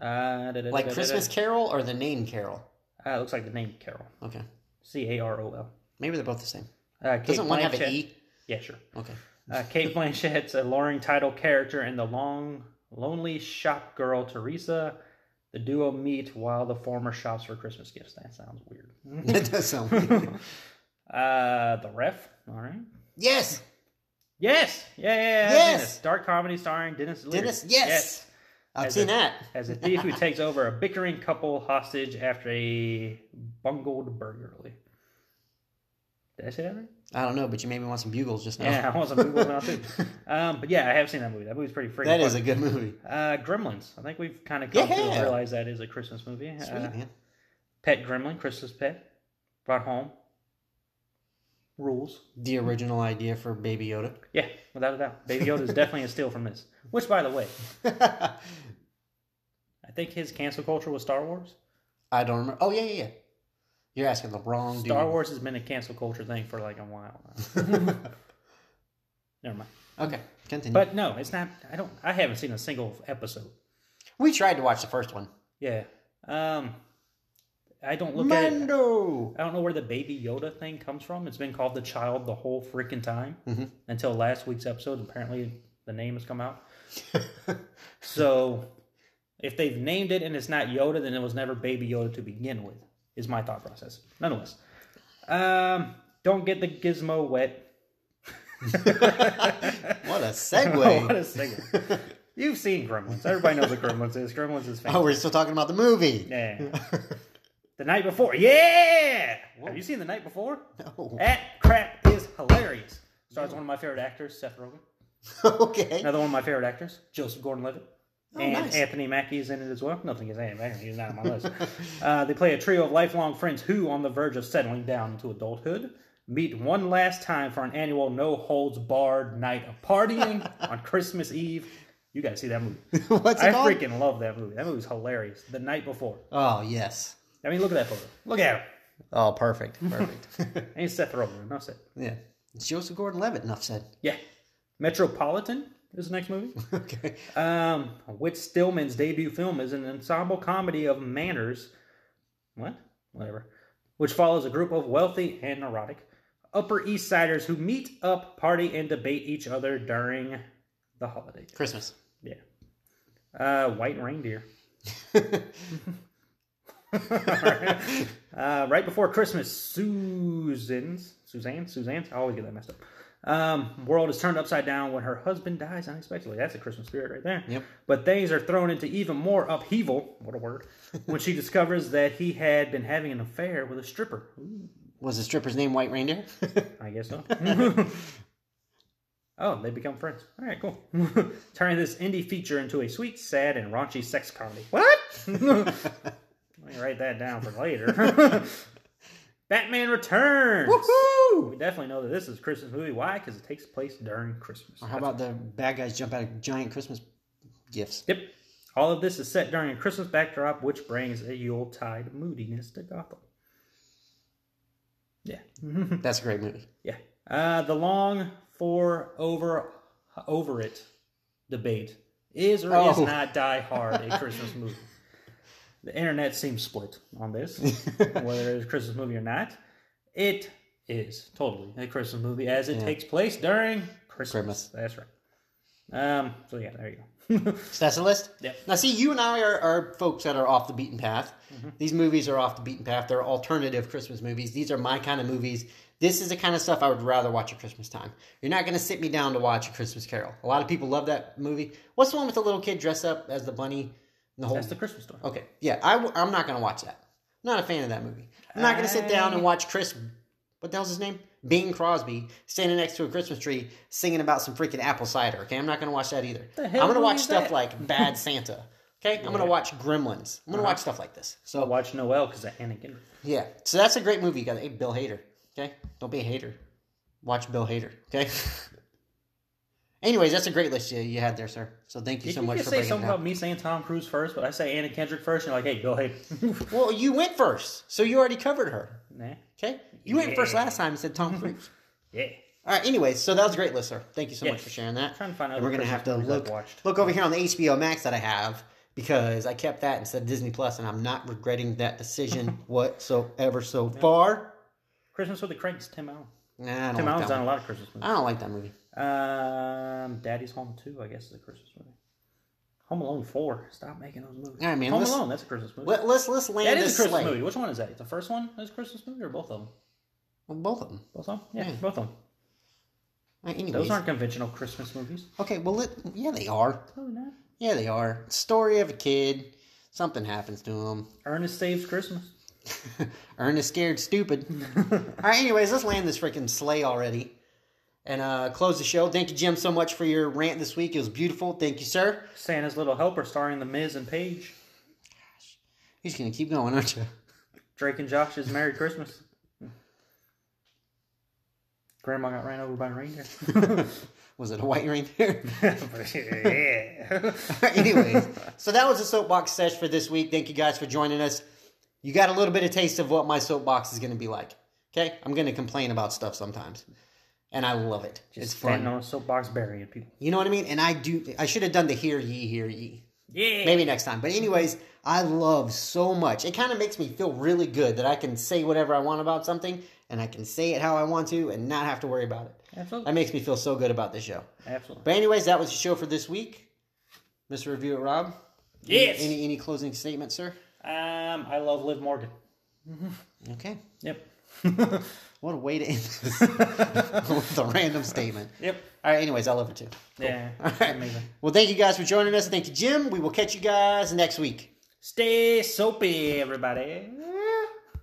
S6: Uh, da- da- da-
S1: Like
S6: da-
S1: Christmas
S6: da-
S1: Carol or the name Carol.
S6: Uh, looks like the name Carol.
S1: Okay.
S6: C A R O L.
S1: Maybe they're both the same.
S6: Uh, Kate
S1: Doesn't one have
S6: Blanchett-
S1: an E?
S6: Yeah, sure. (laughs)
S1: Okay.
S6: Uh, Kate Blanchett's alluring title character and the long, lonely shop girl Teresa. The duo meet while the former shops for Christmas gifts. That sounds weird.
S1: that does sound. weird.
S6: Uh, the ref. All right.
S1: yes.
S6: Yes. Yeah. yeah, yeah, I've seen
S1: Yes!
S6: this. Dark comedy starring Dennis. Leary.
S1: Dennis. Yes. I've
S6: As
S1: seen
S6: a-
S1: that.
S6: As a thief who takes over a bickering couple hostage after a bungled burglary. Did I say that right?
S1: I don't know, but you made me want some bugles just now.
S6: Yeah, I want some Google
S1: (laughs)
S6: now too. Um, but yeah, I have seen that movie. That movie's pretty freaking.
S1: that
S6: fun.
S1: is a good movie.
S6: Uh, Gremlins. I think we've kind of come to
S1: Yeah.
S6: realize that is a Christmas movie.
S1: Sweet
S6: uh,
S1: man.
S6: Pet Gremlin, Christmas Pet, brought home. Rules.
S1: The original idea for Baby Yoda. (laughs)
S6: Yeah, without a doubt. Baby Yoda is definitely a steal from this. Which, by the way, I think his cancel culture was Star Wars.
S1: I don't remember. Oh yeah, yeah, yeah. You're asking the wrong dude.
S6: Star Wars has been a cancel culture thing for like a while. now. Never mind.
S1: Okay, continue.
S6: But no, it's not. I don't. I haven't seen a single episode.
S1: we tried to watch the first one.
S6: Yeah. Um. I don't look at it.
S1: Mando.
S6: I don't know where the baby Yoda thing comes from. It's been called the child the whole freaking time
S1: Mm-hmm.
S6: until last week's episode. Apparently, the name has come
S1: (laughs)
S6: out. so, if they've named it and it's not Yoda, then it was never baby Yoda to begin with. Is my thought process. Nonetheless, Um, don't get the gizmo wet. (laughs)
S1: What a
S6: (laughs) what a
S1: segue.
S6: singer. You've seen Gremlins. Everybody knows what Gremlins is. Gremlins is
S1: (laughs) oh,
S6: famous.
S1: we're still talking about the movie.
S6: yeah.
S1: (laughs)
S6: the night before. Yeah! Have you seen The Night Before?
S1: No.
S6: That crap is hilarious. Stars one of my favorite actors, Seth Rogen.
S1: (laughs) okay.
S6: Another one of my favorite actors, Joseph Gordon-Levitt.
S1: Oh,
S6: and
S1: nice.
S6: Anthony Mackie is in it as well. Nothing is Anthony Mackie. He's not on my
S1: (laughs)
S6: list. Uh, they play a trio of lifelong friends who, on the verge of settling down into adulthood, meet one last time for an annual no-holds-barred night of
S1: (laughs)
S6: partying on Christmas Eve. You got to see that movie.
S1: What's it
S6: I
S1: called?
S6: freaking love that movie. That movie's hilarious. The night before.
S1: Oh, yes.
S6: I mean, look at that photo. Look at him.
S1: Oh, perfect.
S6: (laughs)
S1: Perfect.
S6: And Seth Rogen. Enough said.
S1: yeah. It's Joseph Gordon Levitt, enough said. (laughs)
S6: Yeah. Metropolitan is the next movie.
S1: okay.
S6: Um, Whit Stillman's debut film is an ensemble comedy of manners. What? Whatever. Which follows a group of wealthy and neurotic Upper East Siders who meet up, party, and debate each other during the holiday.
S1: Christmas.
S6: Yeah. Uh, White Reindeer. (laughs) uh, right before Christmas, Susan's, Suzanne, Suzanne's, I always get that messed up. Um, world is turned upside down when her husband dies unexpectedly. That's a Christmas spirit right there.
S1: Yep.
S6: But things are thrown into even more upheaval, what a word, when she (laughs) discovers that he had been having an affair with a stripper.
S1: Was the stripper's name White Reindeer?
S6: I guess so. (laughs) oh, they become friends. All right, cool. (laughs) Turning this indie feature into a sweet, sad, and raunchy sex comedy. What? Let me write that down for later. (laughs) Batman Returns.
S1: Woo!
S6: We definitely know that this is a Christmas movie. Why? Because it takes place during Christmas.
S1: Or how about the bad guys jump out of giant Christmas
S6: (laughs)
S1: gifts?
S6: Yep. All of this is set during a Christmas backdrop, which brings a Yuletide moodiness to Gotham. Yeah.
S1: That's a great movie.
S6: Yeah. Uh, the long for over over it debate is or is
S1: Oh.
S6: not Die Hard
S1: (laughs)
S6: a Christmas movie. The internet seems split
S1: (laughs)
S6: on this, whether it's a Christmas movie or not. It is totally a Christmas movie as it takes place during
S1: Christmas.
S6: Christmas. That's right. Um. So yeah, there you
S1: (laughs)
S6: go.
S1: So that's the list?
S6: Yep.
S1: Now, see, you and I are, are folks that are off the beaten path.
S6: Mm-hmm.
S1: These movies are off the beaten path. They're alternative Christmas movies. These are my kind of movies. This is the kind of stuff I would rather watch at Christmas time. You're not going to sit me down to watch A Christmas Carol. A lot of people love that movie. What's the one with the little kid dressed up as the bunny? And the whole
S6: That's the Christmas story.
S1: Okay, yeah, I, am not going to watch that. I'm not a fan of that movie. I'm not going to sit down and watch Chris, what the hell's his name? Bing Crosby standing next to a Christmas tree singing about some freaking apple cider. Okay, I'm not going to watch that either. I'm
S6: hell
S1: going to
S6: movie
S1: watch
S6: is
S1: stuff
S6: that?
S1: like
S6: (laughs)
S1: Bad Santa. Okay, I'm going to watch Gremlins. I'm going to
S6: Uh-huh.
S1: watch stuff like this.
S6: I
S1: So
S6: watched Noel because of Anakin.
S1: yeah, so that's a great movie, guys. Hey, Bill Hader. Okay, don't be a hater. Watch Bill Hader. Okay. (laughs) Anyways, that's a great list you, you had there, sir. So thank you
S6: You
S1: so much
S6: can
S1: for
S6: say
S1: bringing it
S6: something
S1: up.
S6: about me saying Tom Cruise first, but I say Anna Kendrick first, and you're like, hey, Bill Hader.
S1: Well, you went first, so you already covered her.
S6: (laughs) nah.
S1: Okay, you went first last time and said
S6: (laughs)
S1: Tom Cruise.
S6: Yeah.
S1: All right. Anyways, so that was a great list, sir. Thank you so much
S6: Yes.
S1: for sharing that.
S6: trying to find
S1: And
S6: other
S1: we're gonna have to
S6: Christmas movies I've
S1: look
S6: watched.
S1: look over here on the HBO Max that I have because I kept that and said Disney Plus, and I'm not regretting that
S6: (laughs)
S1: decision whatsoever so far.
S6: Christmas with the Cranks, Tim Allen.
S1: Nah, I don't
S6: Tim
S1: like
S6: Allen's
S1: Oh, that.
S6: done a
S1: One.
S6: lot of Christmas movies.
S1: I don't like that movie.
S6: Um, Daddy's Home 2, I guess, is a Christmas movie. Home Alone 4. Stop making those movies.
S1: All right, man,
S6: Home
S1: let's-
S6: Alone, that's a Christmas movie.
S1: Let, us let's land
S6: that is a
S1: this
S6: Christmas
S1: slate.
S6: movie. Which one is that? The first one is a Christmas movie or both of them?
S1: Well, both of them.
S6: Both of them? Yeah,
S1: Yeah.
S6: both of them.
S1: All right, anyways,
S6: Those aren't conventional Christmas movies.
S1: okay. Well, let, yeah, they are.
S6: Probably not.
S1: Yeah, they are. Story of a kid. Something happens to him.
S6: Ernest Saves Christmas.
S1: (laughs) Ernest scared stupid. All right, anyways, let's land this freaking sleigh already and uh, close the show. Thank you, Jim, so much for your rant this week. It was beautiful. Thank you, sir.
S6: Santa's Little Helper starring The Miz and Paige.
S1: You're just going to keep going, aren't you?
S6: Drake and Josh's Merry Christmas. Grandma got ran over by a reindeer.
S1: Was it a white reindeer?
S6: yeah.
S1: (laughs) anyways, so that was the soapbox sesh for this week. Thank you guys for joining us. You got a little bit of taste of what my soapbox is going to be like. Okay? I'm going to complain about stuff sometimes. And I love it. it's fun.
S6: Standing on a soapbox burying people.
S1: You know what I mean? And I do. I should have done the hear ye, hear ye.
S6: Yeah.
S1: Maybe next time. But anyways, I love so much. It kind of makes me feel really good that I can say whatever I want about something and I can say it how I want to and not have to worry about it.
S6: Absolutely.
S1: That makes me feel so good about this show.
S6: Absolutely.
S1: But anyways, that was the show for this week. Mr. Review It Rob.
S6: Yes.
S1: Any any closing statements, sir?
S6: Um, I love Liv Morgan.
S1: Okay.
S6: Yep.
S1: What a way to end this (laughs) with a random statement.
S6: (laughs) Yep.
S1: All right, anyways, I love it too.
S6: Yeah.
S1: All right.
S6: Amazing.
S1: Well, thank you guys for joining us. Thank you, Jim. We will catch you guys next week.
S6: Stay soapy, everybody.